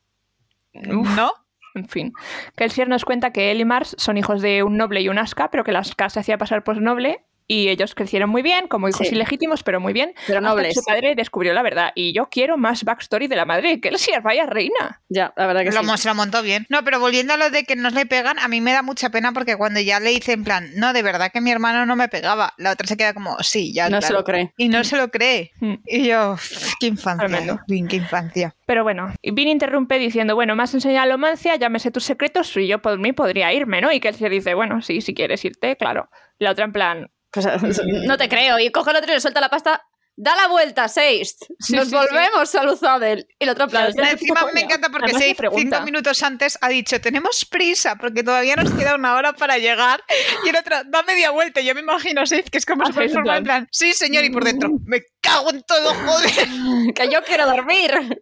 Uf. ¿No? En fin, Kelsier nos cuenta que él y Mars son hijos de un noble y un asca, pero que el asca se hacía pasar por noble y ellos crecieron muy bien, como hijos Sí. ilegítimos, pero muy bien. Pero hasta que nobles. Su padre descubrió la verdad y yo quiero más backstory de la madre de Kelsier, vaya reina. Ya, la verdad que Lo, sí. mo- se lo montó bien. No, pero volviendo a lo de que nos le pegan, a mí me da mucha pena porque cuando ya le hice en plan, no, de verdad que mi hermano no me pegaba, la otra se queda como, sí, ya. No claro". se lo cree. Y no se lo cree. Mm. Y yo, "Uf, qué infancia, Tremendo. Vin, qué infancia. Pero bueno, y Vin interrumpe diciendo, bueno, me has enseñado Lomancia, ya me sé tus secretos y yo por mí podría irme, ¿no? Y Kelsier dice, bueno, sí, si quieres irte, claro. La otra en plan, Pues, no te creo. Y coge el otro y le suelta la pasta. Da la vuelta, seis. Sí, Nos sí, volvemos a Luzadel. Y el otro en plan. Ya, te Encima toca me ya. encanta porque Además, seis- le pregunta. cinco minutos antes ha dicho, tenemos prisa porque todavía nos queda una hora para llegar. Y el otro da media vuelta. Yo me imagino, Seif, que es como Ah, súper sí, en formal, en plan. plan, sí, señor, y por dentro, "Mm". me cago en todo, joder. Que yo quiero dormir.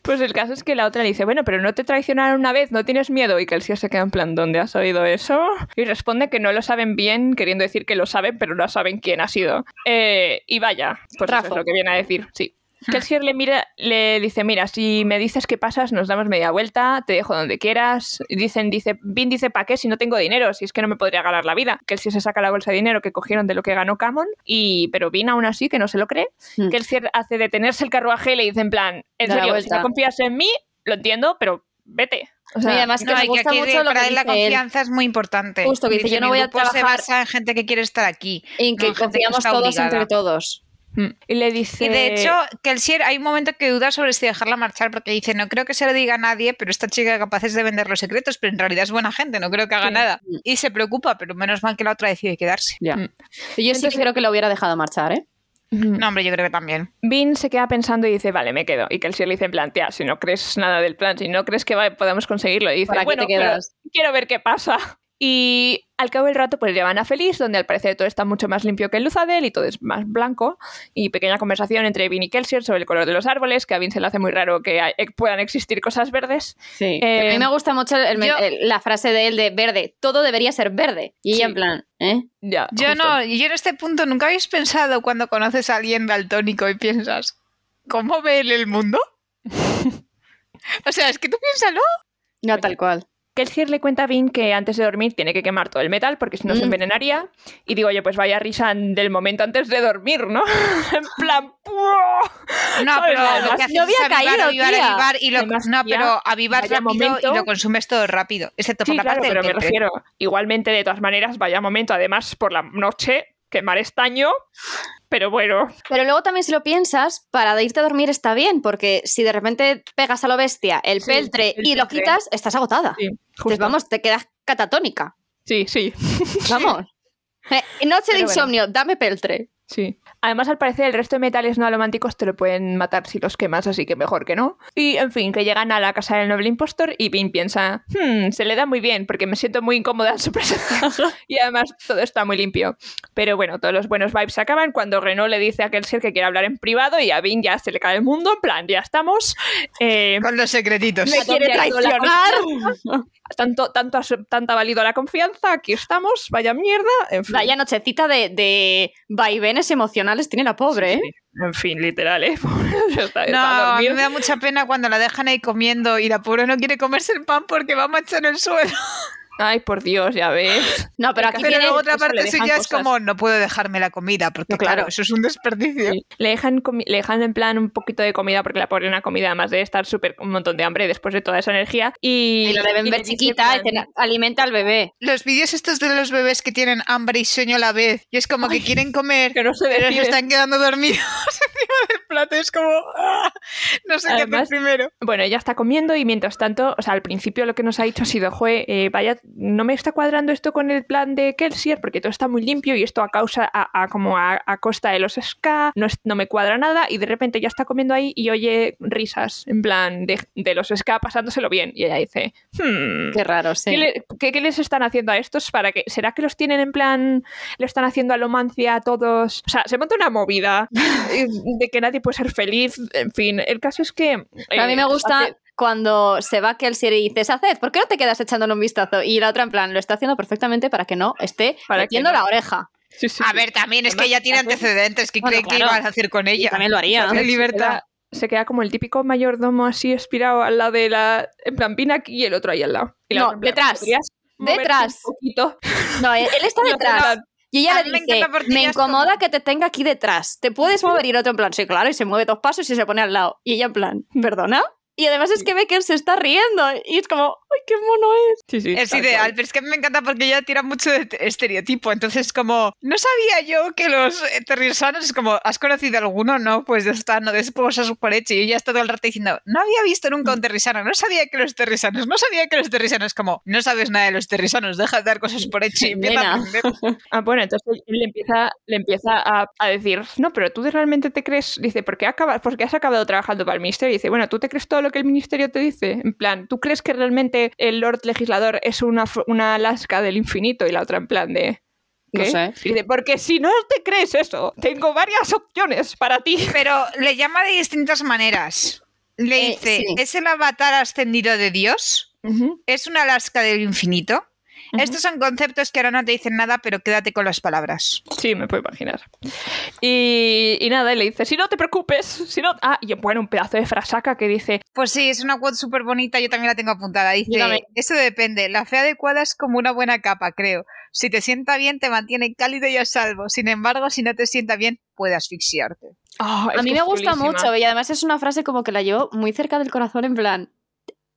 Pues el caso es que la otra le dice, bueno, pero no te traicionaron una vez, no tienes miedo. Y Kelsier se queda en plan, ¿dónde has oído eso? Y responde que no lo saben bien, queriendo decir que lo saben, pero no saben quién ha sido. Eh, y vaya, pues Rafa. eso es lo que viene a decir, sí. Ah. Kelsier le mira, le dice, mira, si me dices que pasas, nos damos media vuelta, te dejo donde quieras. Y Dicen, dice, Vin dice, ¿para qué si no tengo dinero? Si es que no me podría ganar la vida. Kelsier se saca la bolsa de dinero que cogieron de lo que ganó Camon, y pero Vin aún así que no se lo cree, Mm. que el cierre hace detenerse el carruaje y le dice en plan, en Da la serio, si vuelta. no confías en mí, lo entiendo, pero vete. O sea, y además que No, me y que gusta aquí mucho lo para que él la dice él. confianza es muy importante. Justo, que dice, yo no "Mi voy a grupo se trabajar". basa en gente que quiere estar aquí. En No, que hay gente que confiamos está todos obligada. entre todos. mm. y le dice... Y de hecho, Kelsier, hay un momento que duda sobre si dejarla marchar porque dice, no creo que se lo diga a nadie, pero esta chica capaz es de vender los secretos, pero en realidad es buena gente, no creo que haga Sí. nada. Y se preocupa, pero menos mal que la otra decide quedarse. Ya. Mm. Yo sí que creo que lo hubiera dejado marchar, ¿eh? Mm. No, hombre, yo creo que también. Vin se queda pensando y dice, vale, me quedo. Y Kelsier le dice en plan, tía, si no crees nada del plan, si no crees que va- podamos conseguirlo, y dice, ¿Para qué bueno, te quedas? pero quiero ver qué pasa. Y al cabo del rato, pues llevan a Feliz, donde al parecer todo está mucho más limpio que el Luzadel y todo es más blanco. Y pequeña conversación entre Vin y Kelsier sobre el color de los árboles, que a Vin se le hace muy raro que hay- puedan existir cosas verdes. Sí. Eh, a mí me gusta mucho el- yo- el- la frase de él de verde. Todo debería ser verde. Y ella Sí. en plan, ¿eh? Ya, Yo justo. no, yo en este punto nunca habéis pensado cuando conoces a alguien daltónico y piensas, ¿cómo ve él el mundo? o sea, es que tú piénsalo. No, tal cual. Kelsier le cuenta a Vin que antes de dormir tiene que quemar todo el metal porque si no se Mm. envenenaría. Y digo, oye, pues vaya risa del momento antes de dormir, ¿no? en plan, ¡puah! No, Joder, pero nada lo más. que haces No había es avivar, caído, avivar, tía. avivar y lo, Además, no, tía, pero avivar vaya rápido momento. y lo consumes todo rápido, excepto por Sí, la claro, parte pero del me vientre. refiero. Igualmente, de todas maneras, vaya momento. Además, por la noche, quemar estaño. Pero bueno, Pero luego también si lo piensas, para irte a dormir está bien, porque si de repente pegas a lo bestia el Sí, peltre el y lo peltre. quitas, estás agotada. sí, justo. Entonces, vamos, te quedas catatónica. Sí, sí, Vamos. Eh, noche de Pero bueno. insomnio, dame peltre. sí. Además, al parecer, el resto de metales no alománticos te lo pueden matar si los quemas, así que mejor que no. Y, en fin, que llegan a la casa del noble impostor y Vin piensa, "Hmm, se le da muy bien porque me siento muy incómoda en su presencia. y además, todo está muy limpio. Pero bueno, todos los buenos vibes se acaban cuando Renault le dice a Kelsier que quiere hablar en privado y a Vin ya se le cae el mundo, en plan, ya estamos. Eh, Con los secretitos. Me quiere ¿dónde ha ido la traicionar. tanto, tanto, has- tanta ha valido la confianza, aquí estamos, vaya mierda. En fin, Vaya nochecita de, de vaivenes emocionales tiene la pobre, ¿eh? en fin literal, ¿eh? Ya está, No, está a mí dormido. me da mucha pena cuando la dejan ahí comiendo y la pobre no quiere comerse el pan porque va a manchar el suelo. Ay, por Dios, ya ves. No, pero aquí Pero tiene... luego otra eso le parte dejan suya es cosas. como, no puedo dejarme la comida porque, No, claro. claro. eso es un desperdicio. Le dejan, comi- le dejan en plan un poquito de comida porque la pobre una comida, además de estar súper un montón de hambre después de toda esa energía. Y, Y lo deben y ver le dice chiquita, en plan, dicen, alimenta al bebé. Los vídeos estos de los bebés que tienen hambre y sueño a la vez y es como Ay. que quieren comer que no se pero se decide. están quedando dormidos encima del plato es como "Ah, no sé qué Además- hacer primero. Bueno, ella está comiendo y mientras tanto, o sea, al principio lo que nos ha dicho ha sido, jue, eh, vaya, no me está cuadrando esto con el plan de Kelsier porque todo está muy limpio y esto a causa, a, a- como a, a costa de los ska, no, es- no me cuadra nada y de repente ya está comiendo ahí y oye risas, en plan, de, de los ska pasándoselo bien. Y ella dice, hmm, Qué raro, sí. ¿Qué, le- qué- qué les están haciendo a estos para que será que los tienen en plan le están haciendo alomancia a todos o sea se monta una movida eh, de que nadie puede ser feliz en fin el caso es que Pero a mí eh, me gusta hace- cuando se va Kelsier y dices, haced, ¿por qué no te quedas echándole un vistazo? Y la otra, en plan, lo está haciendo perfectamente para que no esté Para que metiendo no. la oreja. Sí, sí, A sí. ver, también es que ella Además, tiene hace- antecedentes que Bueno, cree que claro. ibas a hacer con Y ella. también lo haría. Qué libertad. Era- se queda como el típico mayordomo así espirado al lado de la en plan Pinac y el otro ahí al lado Y la No, otra en plan, detrás. "¿Podrías moverte Detrás. un poquito?" No, él él está Y la otra en detrás. plan, Y ella A le mí me dice, encanta porque me ella es como- incomoda que te tenga aquí detrás. ¿Te puedes mover? Y el otro en plan, sí, claro, y se mueve dos pasos y se pone al lado. Y ella en plan, ¿perdona? Y además es que ve que él se está riendo. Y es como, ¡ay, qué mono es! sí, sí, Es tal ideal, cual. pero es que a mí me encanta porque ella tira mucho de te- estereotipo. Entonces, como, no sabía yo que los eh, terrisanos, es como, ¿has conocido alguno? No, pues ya está, no des cosas por hecho. Y ella está todo el rato diciendo, no había visto nunca Mm. un terrisano, no sabía que los terrisanos, no sabía que los terrisanos, como, no sabes nada de los terrisanos, deja de dar cosas por hecho y empieza Nena. a aprender. Ah, bueno, entonces él le empieza, le empieza a, a decir, no, pero tú realmente te crees, dice, ¿por qué, acaba- por qué has acabado trabajando para el ministerio? Y dice, bueno, ¿tú te crees todo lo que el ministerio te dice? En plan, ¿tú crees que realmente el Lord Legislador es una, f- una Alaska del infinito y la otra en plan de... No ¿qué? sé. Y dice, porque si no te crees eso, tengo varias opciones para ti. Pero le llama de distintas maneras. Le Eh, dice, sí. ¿es el avatar ascendido de Dios? ¿Es una Alaska del infinito? Ujú. Estos son conceptos que ahora no te dicen nada, pero quédate con las palabras. Sí, me puedo imaginar. Y, y nada, y le dice, si no te preocupes, si no... Ah, y bueno, un pedazo de frasaca que dice, Pues sí, es una quote súper bonita, yo también la tengo apuntada. Dice, Dígame. eso depende, la fe adecuada es como una buena capa, creo. Si te sienta bien, te mantiene cálido y a salvo. Sin embargo, si no te sienta bien, puede asfixiarte. "Ah, es A mí que me es gusta chulísima". mucho. Y además es una frase como que la llevo muy cerca del corazón, en plan,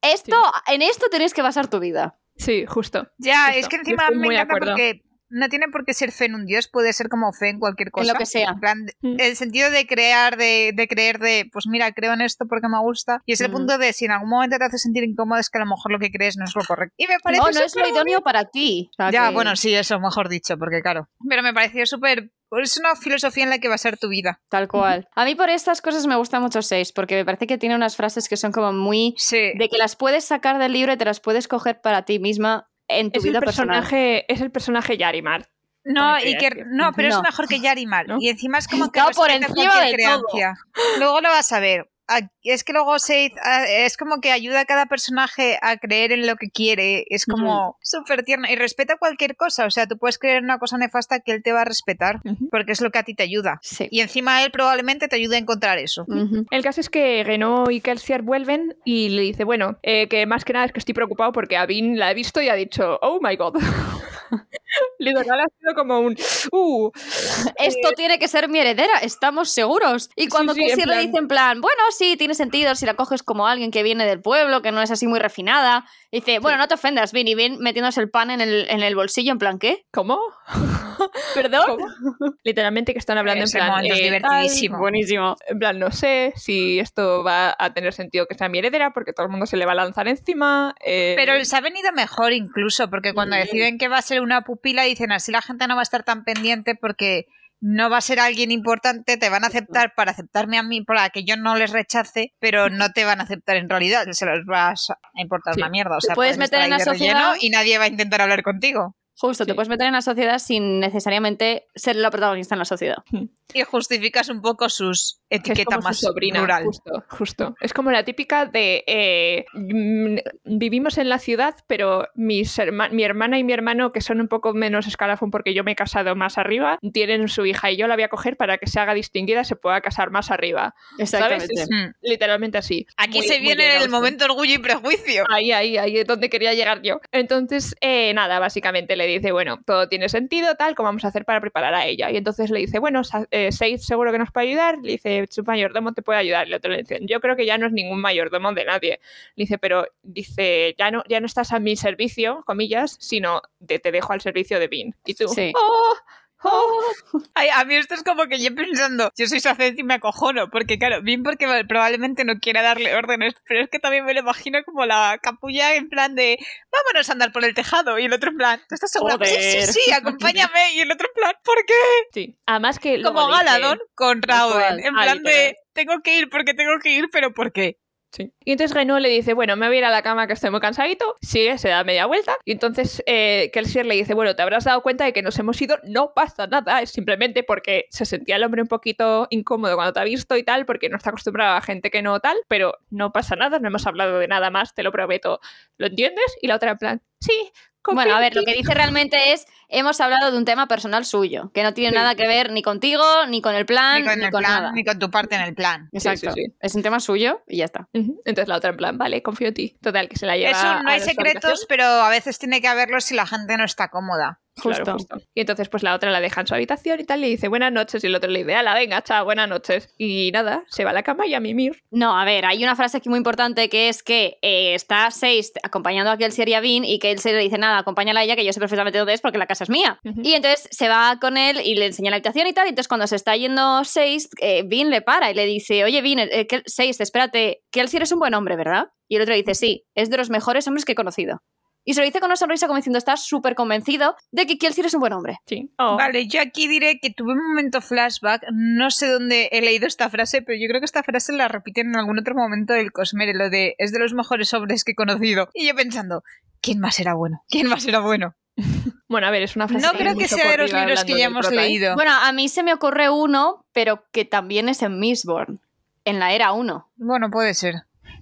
esto, en esto tenés que basar tu vida. Sí, justo. Ya, Justo, es que yo encima estoy me muy de encanta acuerdo. porque no tiene por qué ser fe en un dios, puede ser como fe en cualquier cosa. En lo que sea. En plan, de- Mm. el sentido de crear, de, de creer, de pues mira, creo en esto porque me gusta. Y es el Mm. punto de si en algún momento te hace sentir incómodo, es que a lo mejor lo que crees no es lo correcto. Y me parece No, no es súper lo idóneo para ti. O sea, Ya, que- bueno, sí, eso, mejor dicho, porque claro. Ah, Pero me pareció súper. Es una filosofía en la que va a ser tu vida. Tal cual. A mí por estas cosas me gusta mucho Seis, porque me parece que tiene unas frases que son como muy... Sí. De que las puedes sacar del libro y te las puedes coger para ti misma en tu Es el, vida personal. personaje, es el personaje Yarimar. No, Porque y que, es- no, pero no. es mejor que Yarimar. ¿No? Y encima es como que Está por respeta encima cualquier de todo. creencia. Luego lo vas a ver. A- Es que luego se, a- es como que ayuda a cada personaje a creer en lo que quiere. Es como súper tierna y respeta cualquier cosa. O sea, tú puedes creer en una cosa nefasta que él te va a respetar Ujú. porque es lo que a ti te ayuda. Sí. Y encima él probablemente te ayude a encontrar eso. Ujú. El caso es que Renault y Kelsier vuelven y le dice, bueno, eh, que más que nada es que estoy preocupado porque Avin la he visto y ha dicho, oh my god. Literal ha sido como un, uh, Esto tiene que ser mi heredera, estamos seguros. Y cuando sí, en Kelsier le plan- dice en plan, bueno, sí, tiene sentido si la coges como alguien que viene del pueblo, que no es así muy refinada, dice, bueno, no te ofendas, Vin, y Vin metiéndose el pan en el, en el bolsillo, en plan, ¿qué? ¿cómo? ¿Perdón? ¿Cómo?". Literalmente que están hablando en Ese plan, momento es "Eh, tal, divertidísimo. Buenísimo. en plan, no sé si esto va a tener sentido que sea mi heredera porque todo el mundo se le va a lanzar encima. eh, Pero les ha venido mejor incluso, porque cuando Sí. deciden que va a ser una pupila, dicen así la gente no va a estar tan pendiente porque no va a ser alguien importante, te van a aceptar para aceptarme a mí, para que yo no les rechace, pero no te van a aceptar en realidad, se los vas a importar Sí. una mierda. O Te sea, puedes meter estar en ahí la de relleno sociedad. y nadie va a intentar hablar contigo. Justo, te Sí. puedes meter en la sociedad sin necesariamente ser la protagonista en la sociedad. Y justificas un poco sus que es etiqueta como su más sobrina, rural. Justo, justo. Es como la típica de eh, mm, vivimos en la ciudad, pero mis herma- mi hermana y mi hermano, que son un poco menos escalafón porque yo me he casado más arriba, tienen su hija y yo la voy a coger para que se haga distinguida, se pueda casar más arriba. Exactamente. ¿Sabes? Mm. Literalmente así. Aquí Muy- se muy viene el Jane Austen. momento orgullo y prejuicio. Ahí, ahí, ahí es donde quería llegar yo. Entonces, eh, nada, básicamente le dice, bueno, todo tiene sentido, tal, ¿cómo vamos a hacer para preparar a ella? Y entonces le dice, bueno, Sa- eh, Said seguro que nos puede ayudar. Le dice, su mayordomo te puede ayudar. Y el otro le dice, yo creo que ya no es ningún mayordomo de nadie. Le dice, pero dice, ya no, ya no estás a mi servicio, comillas, sino de- te dejo al servicio de Bean. Y tú, Sí. "Oh, oh". Ay, a mí esto es como que yo pensando, yo soy saced y me acojono, porque claro, bien porque probablemente no quiera darle órdenes, pero es que también me lo imagino como la capulla en plan de vámonos a andar por el tejado y el otro en plan, ¿tú estás segura? Sí, Joder. sí, sí, acompáñame y el otro en plan, ¿por qué? Sí. Además que... luego Como le dice- Galadón con Tal cual. Rauden, en Ah, plan literal. de tengo que ir porque tengo que ir, pero ¿por qué? Sí. Y entonces Renault le dice, bueno, me voy a ir a la cama que estoy muy cansadito. Sigue, se da media vuelta. Y entonces eh, Kelsier le dice, bueno, te habrás dado cuenta de que nos hemos ido, no pasa nada. Es simplemente porque se sentía el hombre un poquito incómodo cuando te ha visto y tal, porque no está acostumbrado a gente que no tal, pero no pasa nada, no hemos hablado de nada más, te lo prometo. ¿Lo entiendes? Y la otra en plan, sí. confío Bueno, a en ver, lo ti". que dice realmente es, hemos hablado de un tema personal suyo, que no tiene Sí. nada que ver ni contigo, Ah, ni con el plan, Ni con el plan, nada. ni con tu parte en el plan. Exacto. sí. Es un tema suyo y ya está. Ujú. Entonces la otra en plan, vale, confío en ti. Total, que se la lleva. Eso no a hay su secretos, habitación. pero a veces tiene que haberlos si la gente no está cómoda. Claro, Justo. justo. Y entonces, pues la otra la deja en su habitación y tal, le dice buenas noches, y el otro le dice, ala, venga, chao, buenas noches. Y nada, se va a la cama y a mimir. No, a ver, hay una frase aquí muy importante que es que eh, está Seis acompañando a Kelsier y a Vin y que él se le dice nada, acompáñala a ella que yo sé perfectamente dónde es porque la casa es mía. Ujú. Y entonces se va con él y le enseña la habitación y tal. Y entonces cuando se está yendo Seis, eh, Vin le para y le dice, oye Vin, eh, Kel- Seis, espérate, Kelsier es un buen hombre, ¿verdad? Y el otro le dice, sí, es de los mejores hombres que he conocido. Y se lo dice con una sonrisa como diciendo, estás súper convencido de que Kelsier es un buen hombre. Sí. Oh. Vale, yo aquí diré que tuve un momento flashback, no sé dónde he leído esta frase, pero yo creo que esta frase la repiten en algún otro momento del Cosmere, lo de es de los mejores hombres que he conocido. Y yo pensando, ¿quién más era bueno? ¿Quién más era bueno? Bueno, a ver, es una frase. No tiene creo que mucho sea de los corrido libros que hablando ya del hemos prota, ¿eh? leído. Bueno, a mí se me ocurre uno, pero que también es en Mistborn, en la era 1. Bueno, puede ser.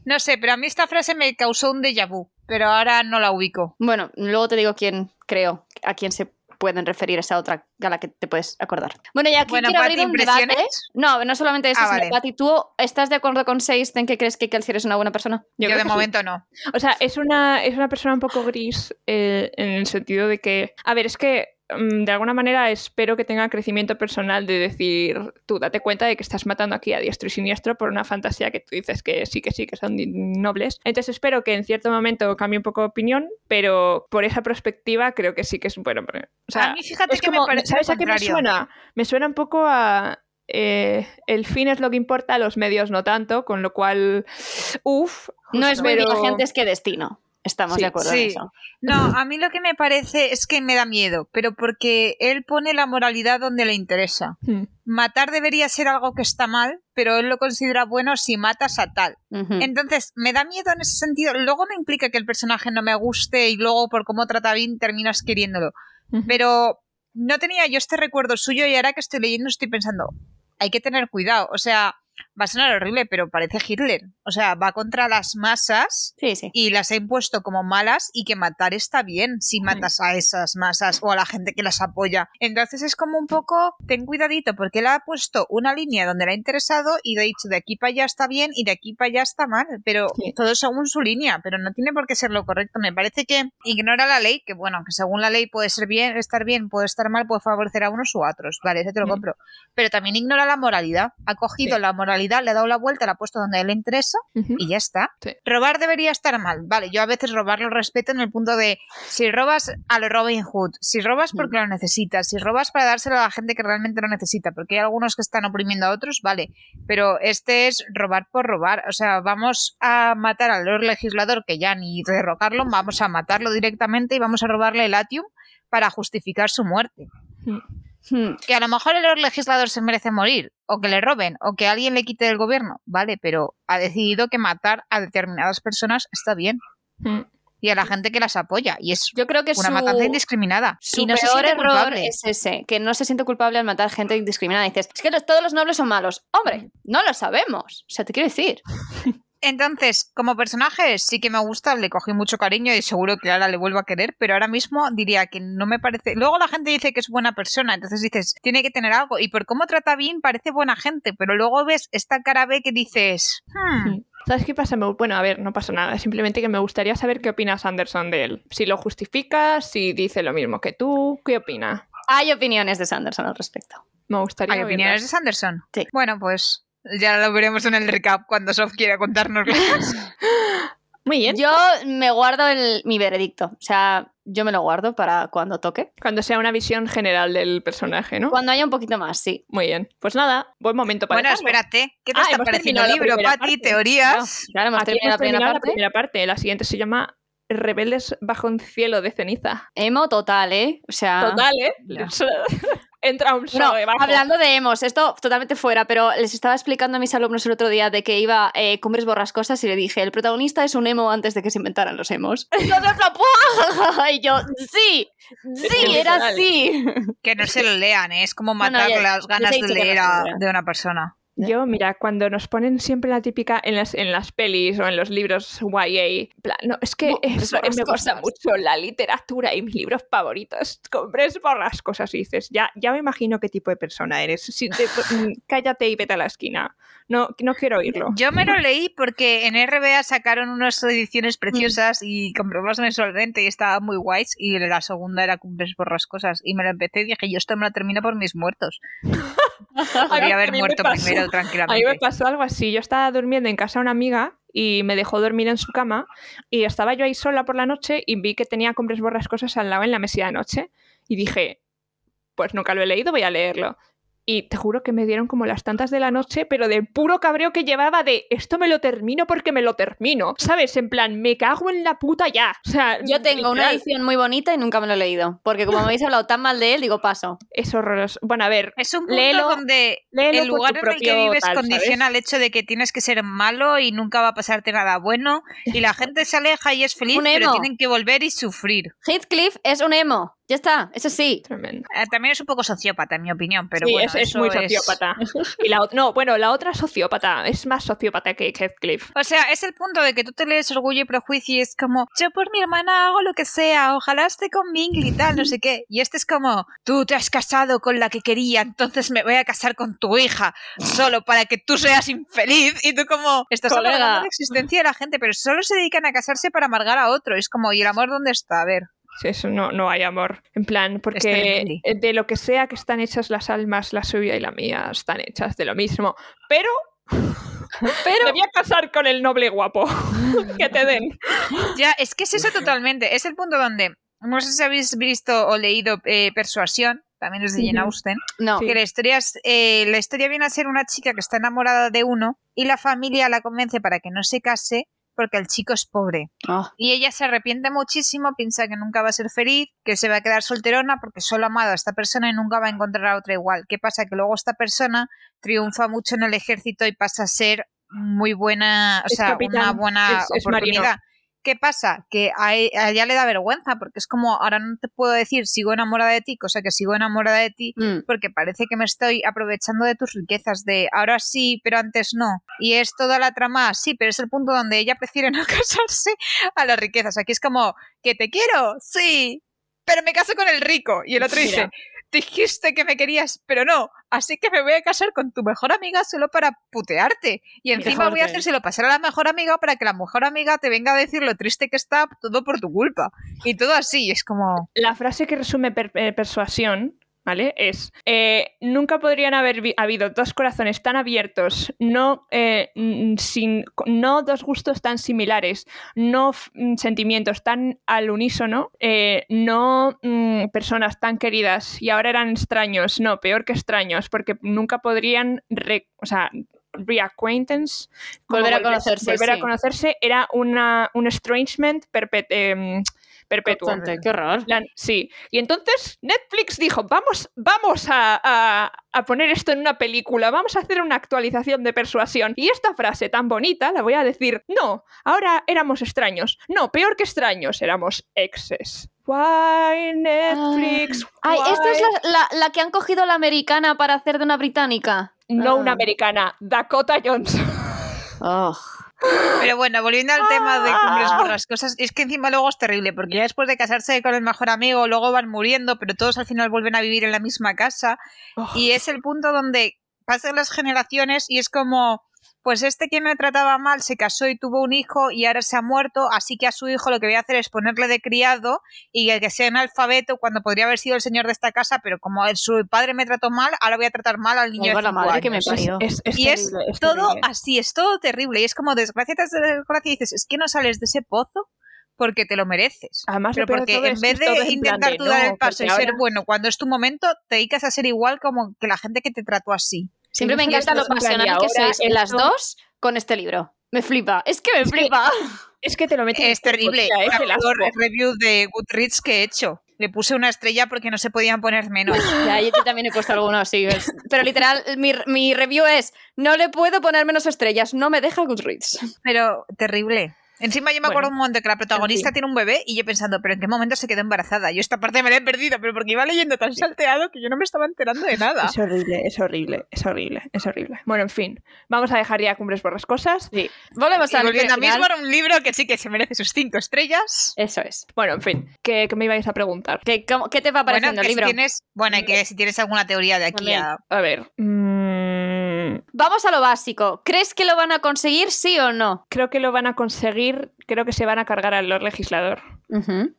No sé, pero a mí esta frase me causó un déjà vu, pero ahora no la ubico. Bueno, luego te digo quién creo, a quién se pueden referir esa otra a la que te puedes acordar. Bueno, y aquí Bueno, quiero Pati, abrir un ¿impresiones? debate. No, no solamente eso, Ah, sino, vale. Pati, ¿tú estás de acuerdo con Seist en que crees que Kelsier es una buena persona? Yo, creo de que sí. momento no. O sea, es una, es una persona un poco gris eh, en el sentido de que. A ver, es que. mm, De alguna manera espero que tenga crecimiento personal de decir, tú date cuenta de que estás matando aquí a diestro y siniestro por una fantasía que tú dices que sí, que sí, que son di- nobles. Entonces espero que en cierto momento cambie un poco de opinión, pero por esa perspectiva creo que sí que es un buen hombre. O sea, a mí fíjate es que como, me parece ¿Sabes lo a qué me contrario. suena? Me suena un poco a eh, el fin es lo que importa, los medios no tanto, con lo cual, uff. No es muy pero- divergentes que destino. Estamos Sí, de acuerdo sí. en eso. No, a mí lo que me parece es que me da miedo, pero porque él pone la moralidad donde le interesa. Mm. Matar debería ser algo que está mal, pero él lo considera bueno si matas a tal. Ujú. Entonces, me da miedo en ese sentido. Luego no implica que el personaje no me guste y luego por cómo trata a Vin terminas queriéndolo. Pero no tenía yo este recuerdo suyo y ahora que estoy leyendo estoy pensando, hay que tener cuidado. O sea, va a sonar horrible, pero parece Hitler. O sea, va contra las masas Sí, sí. y las ha impuesto como malas y que matar está bien si matas a esas masas o a la gente que las apoya. Entonces es como un poco, ten cuidadito porque él ha puesto una línea donde le ha interesado y le ha dicho de aquí para allá está bien y de aquí para allá está mal, pero Sí. todo según su línea, pero no tiene por qué ser lo correcto. Me parece que ignora la ley, que bueno, que según la ley puede ser bien, estar bien, puede estar mal, puede favorecer a unos u a otros, vale, eso te lo Mm. compro. Pero también ignora la moralidad, ha cogido Sí. la moralidad, le ha dado la vuelta, la ha puesto donde a él le interesa Ujú. y ya está. Sí. Robar debería estar mal. Vale, yo a veces robar lo respeto en el punto de si robas a lo Robin Hood, si robas porque Mm. lo necesitas, si robas para dárselo a la gente que realmente lo necesita, porque hay algunos que están oprimiendo a otros, vale. Pero este es robar por robar. O sea, vamos a matar al Lord Legislador, que ya ni derrocarlo, vamos a matarlo directamente y vamos a robarle el Atium para justificar su muerte. Hmm. Que a lo mejor el Lord Legislador se merece morir, o que le roben, o que alguien le quite del gobierno, vale, pero ha decidido que matar a determinadas personas está bien, Mm. y a la gente que las apoya, y es Yo creo que Pues una su, matanza indiscriminada. su Y no se peor siente error culpable. es ese, que no se siente culpable al matar gente indiscriminada. Dices, es que los- todos los nobles son malos. Hombre, no lo sabemos. O sea, te quiero decir. Entonces, como personaje sí que me gusta, le cogí mucho cariño y seguro que ahora le vuelvo a querer, pero ahora mismo diría que no me parece. Luego la gente dice que es buena persona, entonces dices, tiene que tener algo. Y por cómo trata bien, parece buena gente, pero luego ves esta cara B que dices, "Hmm, Mm. ¿Sabes qué pasa? Me gu- Bueno, a ver, no pasa nada. Simplemente que me gustaría saber qué opinas Anderson de él. Si lo justifica, si dice lo mismo que tú, ¿qué opina? Hay opiniones de Sanderson al respecto. Me gustaría ¿Hay oírlas. opiniones de Sanderson? Sí. Bueno, pues ya lo veremos en el recap cuando Sof quiera contarnos. Muy bien. Yo me guardo el- mi veredicto. O sea, yo me lo guardo para cuando toque. Cuando sea una visión general del personaje, ¿no? Cuando haya un poquito más, sí. Muy bien. Pues nada, buen momento para bueno, dejarlo. espérate. ¿Qué te Ah, está hemos pareciendo terminado el la libro, primera Pati? parte. Teorías. No, ahora hemos Aquí hemos terminado la primera terminado la parte. primera parte. La siguiente se llama Rebeldes bajo un cielo de ceniza. Emo total, ¿eh? O sea. Total, ¿eh? Ya. Entra un Bueno, show debajo. hablando de emos, esto totalmente fuera, pero les estaba explicando a mis alumnos el otro día de que iba eh, Cumbres Borrascosas y le dije, el protagonista es un emo antes de que se inventaran los emos. Y todos en plan, "¡Puajajaja!", y yo, sí, sí, que era literal. así. Que no se lo lean, ¿eh? es como No, no, matar ya- las ya ganas te he de dicho que no leer se lo a- lea. de una persona. Yo, mira, cuando nos ponen siempre la típica en las, en las pelis o en los libros YA, en plan, no, es que Bu- es- esas me gusta cosas. mucho la literatura y mis libros favoritos, compres por las cosas y dices, ya, ya me imagino qué tipo de persona eres, Si te- mm, cállate y vete a la esquina, no, no quiero oírlo. Yo me lo leí porque en RBA sacaron unas ediciones Mm. preciosas y comprobas mensualmente y estaba muy guays y la segunda era Cumbres Borrascosas y me lo empecé y dije, yo esto me lo termino por mis muertos. A mí Podría haber me muerto pasó. primero A mí me tranquilamente. pasó algo así. Yo estaba durmiendo en casa de una amiga y me dejó dormir en su cama y estaba yo ahí sola por la noche y vi que tenía Cumbres Borrascosas al lado en la mesilla de noche y dije, pues nunca lo he leído, voy a leerlo. Y te juro que me dieron como las tantas de la noche, pero de puro cabreo que llevaba de esto me lo termino porque me lo termino. ¿Sabes? En plan, me cago en la puta ya. O sea, Yo tengo una literal, edición muy bonita y nunca me lo he leído, porque como me habéis hablado tan mal de él, digo, paso. Es horroroso. Bueno, a ver, Es un punto Léelo- donde léelo el por lugar pues, tu en el que propio vives tal, ¿sabes? condiciona el hecho de que tienes que ser malo y nunca va a pasarte nada bueno y la gente se aleja y es feliz, Un pero emo. tienen que volver y sufrir. Heathcliff es un emo, ya está, eso sí. Tremendo. Eh, También es un poco sociópata, en mi opinión, pero sí, bueno, es, es eso muy es- sociópata. Y la ot- no, bueno, la otra es sociópata. Es más sociópata que Heathcliff. O sea, es el punto de que tú te lees Orgullo y Prejuicio y es como, yo por mi hermana hago lo que sea, ojalá esté con Bingley y tal, no sé qué. Y este es como, tú te has casado con la que quería, entonces me voy a casar con tu hija, solo para que tú seas infeliz. Y tú como, estás Colega. amargando la existencia de la gente, pero solo se dedican a casarse para amargar a otro. Es como, ¿y el amor dónde está? A ver. Sí, eso no, no hay amor. En plan, porque terrible. eh, de lo que sea que están hechas las almas, la suya y la mía, están hechas de lo mismo. Pero Pero me voy a casar con el noble guapo que te den. Ya, es que es eso totalmente. Es el punto donde, no sé si habéis visto o leído eh, Persuasión, también es de Jane Ujú. Austen. no, Sí. que la historia, es- eh, la historia viene a ser una chica que está enamorada de uno y la familia la convence para que no se case porque el chico es pobre. Oh, Y ella se arrepiente muchísimo, piensa que nunca va a ser feliz, que se va a quedar solterona porque solo ha amado a esta persona y nunca va a encontrar a otra igual. ¿Qué pasa? Que luego esta persona triunfa mucho en el ejército y pasa a ser muy buena, o Es sea, capitán, una buena es- es marino. oportunidad. ¿Qué pasa? Que a e- a ella le da vergüenza porque es como, ahora no te puedo decir sigo enamorada de ti, cosa que sigo enamorada de ti, mm. porque parece que me estoy aprovechando de tus riquezas, de ahora sí, pero antes no. Y es toda la trama, sí, pero es el punto donde ella prefiere no casarse a las riquezas. Aquí es como, que te quiero, sí, pero me caso con el rico. Y el otro dice, Mira. dijiste que me querías, pero no, así que me voy a casar con tu mejor amiga solo para putearte. Y encima voy a joder. hacérselo pasar a la mejor amiga para que la mejor amiga te venga a decir lo triste que está todo por tu culpa. Y todo así, y es como... La frase que resume per- eh, persuasión, ¿vale? Es, eh, nunca podrían haber vi- habido dos corazones tan abiertos, no, eh, mm, sin, no dos gustos tan similares, no f- mm, sentimientos tan al unísono, eh, no mm, personas tan queridas y ahora eran extraños, no, peor que extraños, porque nunca podrían, re- o sea, reacquaintance, como Volver a volver- conocerse, Volver sí. a conocerse era una, un estrangement perpet- em, perpetuo. Constante, qué horror. Plan, sí. Y entonces Netflix dijo, vamos, vamos a, a- a poner esto en una película, vamos a hacer una actualización de persuasión. Y esta frase tan bonita la voy a decir, no, ahora éramos extraños. No, peor que extraños, éramos exes. Why Netflix? Ah. Ay, esta es why? la, la- la que han cogido la americana para hacer de una británica. No Ah. una americana, Dakota Johnson. Oh. Pero bueno, volviendo al tema Ah. de cumbres borrascosas, es que encima luego es terrible, porque ya después de casarse con el mejor amigo, luego van muriendo, pero todos al final vuelven a vivir en la misma casa. Ah. Y es el punto donde pasan las generaciones y es como, pues este que me trataba mal se casó y tuvo un hijo y ahora se ha muerto, así que a su hijo lo que voy a hacer es ponerle de criado y que sea analfabeto cuando podría haber sido el señor de esta casa, pero como el- su padre me trató mal, ahora voy a tratar mal al niño. Vuelva de la cinco madre que me años. parió. Y es terrible, es todo terrible. así, es todo terrible. Y es como desgracia tras desgracia y dices, es que no sales de ese pozo porque te lo mereces. Además, Ah, lo Pero peor porque de todo en es que vez es todo de en plan intentar de, tú dar "No, el paso y porque ser ahora- bueno cuando es tu momento, te dedicas a ser igual como que la gente que te trató así. Siempre me Sí, encanta lo esto es en plan, pasional y que ahora sois las esto- dos con este libro. Me flipa, es que me Es que- flipa. Es que este te lo meten en Es el cuerpo, terrible. tía, es La ¿eh? el asco. peor review de Goodreads que he hecho. Le puse una estrella porque no se podían poner menos. Ya, yo también he puesto algunos, sí. es- Pero literal, mi, mi review es: no le puedo poner menos estrellas, no me deja Goodreads. Pero terrible. Encima yo me acuerdo Bueno, un momento que la protagonista en fin. tiene un bebé y yo pensando, pero ¿en qué momento se quedó embarazada? Yo esta parte me la he perdido, pero porque iba leyendo tan salteado que yo no me estaba enterando de nada. Es horrible, es horrible, es horrible, es horrible. Bueno, en fin, vamos a dejar ya cumbres por las cosas. Sí. Volvemos Y al volviendo a final. mismo era un libro que sí que se merece sus cinco estrellas. Eso es. Bueno, en fin, ¿qué, qué me ibais a preguntar? ¿Qué, cómo- qué te va Bueno, pareciendo que el si libro? tienes, bueno, y que si tienes alguna teoría de aquí También. a... A ver, mm, Vamos a lo básico. ¿Crees que lo van a conseguir, sí o no? creo que lo van a conseguir, creo que se van a cargar al Lord Legislador.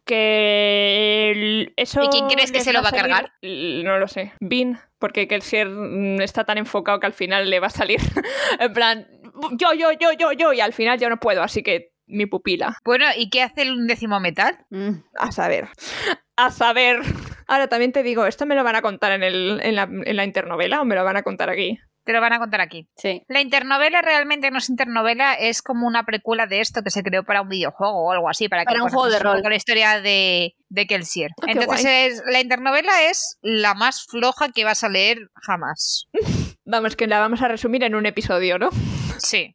Que el- eso ¿Y quién crees que les se lo va a salir- cargar? L- No lo sé. Bin, porque Kelsier mm, está tan enfocado que al final le va a salir en plan yo, yo, yo, yo, yo, y al final yo no puedo, así que mi pupila. Bueno, ¿y qué hace el undécimo metal? Mm. A saber. A saber. Ahora también te digo, ¿esto me lo van a contar en, el, en, la, en la internovela o me lo van a contar aquí? Te lo van a contar aquí. Sí. La internovela realmente no es internovela, es como una precuela de esto que se creó para un videojuego o algo así, para, que Para un juego de conozcas un rol. poco la historia de, de Kelsier. Ah, qué Entonces, guay. es- la internovela es la más floja que vas a leer jamás. Vamos, que la vamos a resumir en un episodio, ¿no? Mm. Sí.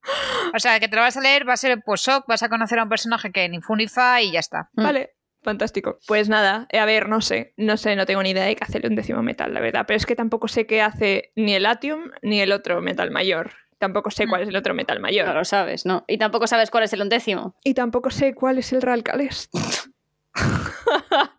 O sea, que te lo vas a leer, va a ser pues shock, vas a conocer a un personaje que ni funifa y ya está. Mm. Vale. Fantástico. Pues nada, eh, a ver, no sé, no sé, no tengo ni idea de qué hacerle un décimo metal, la verdad, pero es que tampoco sé qué hace ni el Atium ni el otro metal mayor. Tampoco Mm. sé cuál es el otro metal No mayor. lo sabes, ¿no? Y tampoco sabes cuál es el undécimo. Y tampoco sé cuál es el Ralcales.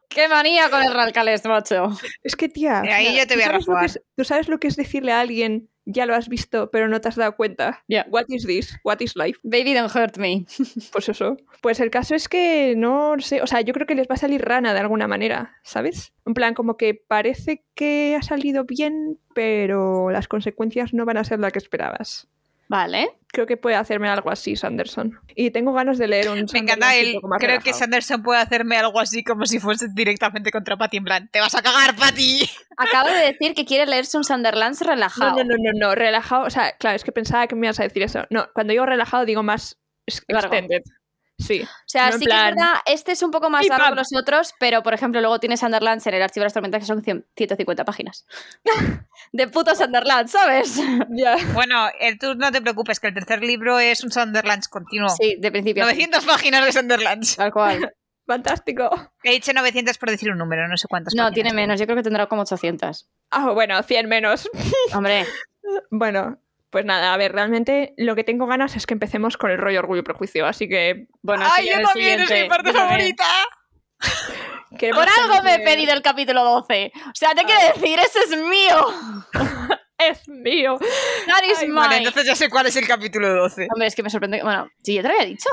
¡Qué manía con el Ralcales, macho! Es que, tía. Eh, ahí yo te ¿tú voy a sabes lo que rajuar. es- Tú sabes lo que es decirle a alguien, ya lo has visto, pero no te has dado cuenta. Ya. What is this? What is life? Baby, don't hurt me. Pues eso. Pues el caso es que no sé, o sea, yo creo que les va a salir rana de alguna manera, ¿sabes? En plan, como que parece que ha salido bien, pero las consecuencias no van a ser las que esperabas. Vale. Creo que puede hacerme algo así, Sanderson. Y tengo ganas de leer un. Me Sanderson encanta así un él. poco más Creo que relajado. Sanderson puede hacerme algo así como si fuese directamente contra Patty. En plan, te vas a cagar, Patty. Acabo de decir que quiere leerse un Sunderlands relajado. No, no, no, no, no, relajado. O sea, claro, es que pensaba que me ibas a decir eso. No, cuando digo relajado digo más ex- Largo. extended. Sí. O sea, No, en sí que plan- es verdad, este es un poco más Pip, largo pap. que los otros, pero por ejemplo, luego tienes Underlands en el archivo de las tormentas que son 100 150 páginas. de putos Underlands, ¿sabes? Ya. Bueno, eh, tú no te preocupes, que el tercer libro es un Sunderlands continuo. Sí, de principio. a fin, 900 páginas de Sunderlands. Tal cual. Fantástico. He dicho 900 por decir un número, no sé cuántas. No, páginas tiene menos, yo creo que tendrá como 800. Ah, bueno, 100 menos. Hombre, Bueno, pues nada, a ver, realmente lo que tengo ganas es que empecemos con el rollo orgullo y prejuicio, así que... bueno, ¡Ay, sí, yo el también! Es mi siguiente, parte yo también. favorita. queremos Por algo me he conocer- pedido el capítulo 12. O sea, te quiero decir, ese es mío. ¡Es mío! That is Ay, mine. Vale, entonces ya sé cuál es el capítulo 12. Hombre, es que me sorprende. que- Bueno, sí, yo te lo había dicho.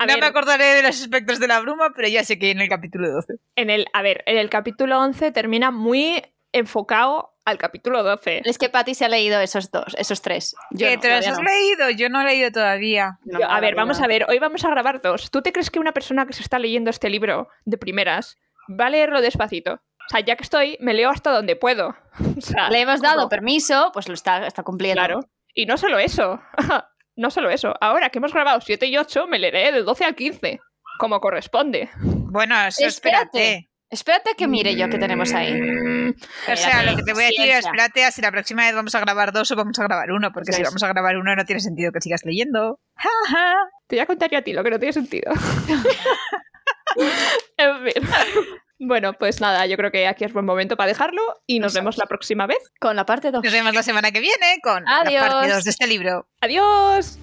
A no ver, me acordaré de los espectros de la bruma, pero ya sé que en el capítulo 12. en el, a ver, en el capítulo 11 termina muy enfocado al capítulo 12. Es que Patty se ha leído esos dos, esos tres. Yo ¿Que no, te los todavía has no. leído? Yo no he leído todavía. No, Yo- a todavía ver, vamos no. a ver, hoy vamos a grabar dos. ¿Tú te crees que una persona que se está leyendo este libro de primeras va a leerlo despacito? O sea, ya que estoy, me leo hasta donde puedo. O sea, Le hemos dado Ah, ¿cómo? permiso, pues lo está, está cumpliendo. Claro. Y no solo eso. no solo eso. Ahora que hemos grabado 7 y 8, me leeré del 12 al 15. Como corresponde. Bueno, eso espérate. Espérate. Espérate a Mm. que mire yo que tenemos ahí. O sea, Espérate, lo que te voy a decir es paciencia. espérate a si la próxima vez vamos a grabar dos o vamos a grabar uno, porque si Eso es. vamos a grabar uno no tiene sentido que sigas leyendo. Ja, ja. Te voy a contar yo a ti lo que no tiene sentido. en fin. Bueno, pues nada, yo creo que aquí es buen momento para dejarlo y nos vemos la próxima vez. Con la parte 2. Nos vemos la semana que viene con Adiós. la parte 2 de este libro. ¡Adiós!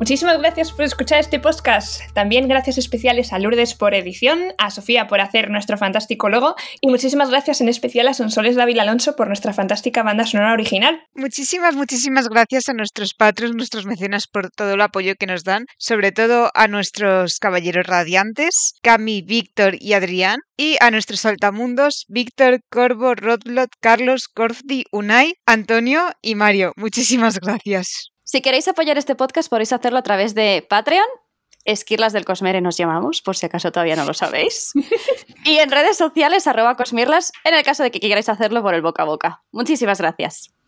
Muchísimas gracias por escuchar este podcast. También gracias especiales a Lourdes por edición, a Sofía por hacer nuestro fantástico logo y muchísimas gracias en especial a Sonsoles David Alonso por nuestra fantástica banda sonora original. Muchísimas, muchísimas gracias a nuestros patros, nuestros mecenas por todo el apoyo que nos dan, sobre todo a nuestros caballeros radiantes, Cami, Víctor y Adrián, y a nuestros saltamundos, Víctor, Corvo, Rodlot, Carlos, Corfdi, Unai, Antonio y Mario. Muchísimas gracias. Si queréis apoyar este podcast, podéis hacerlo a través de Patreon. Esquirlas del Cosmere nos llamamos, por si acaso todavía no lo sabéis. Y en redes sociales, arroba Cosmirlas, en el caso de que queráis hacerlo por el boca a boca. Muchísimas gracias.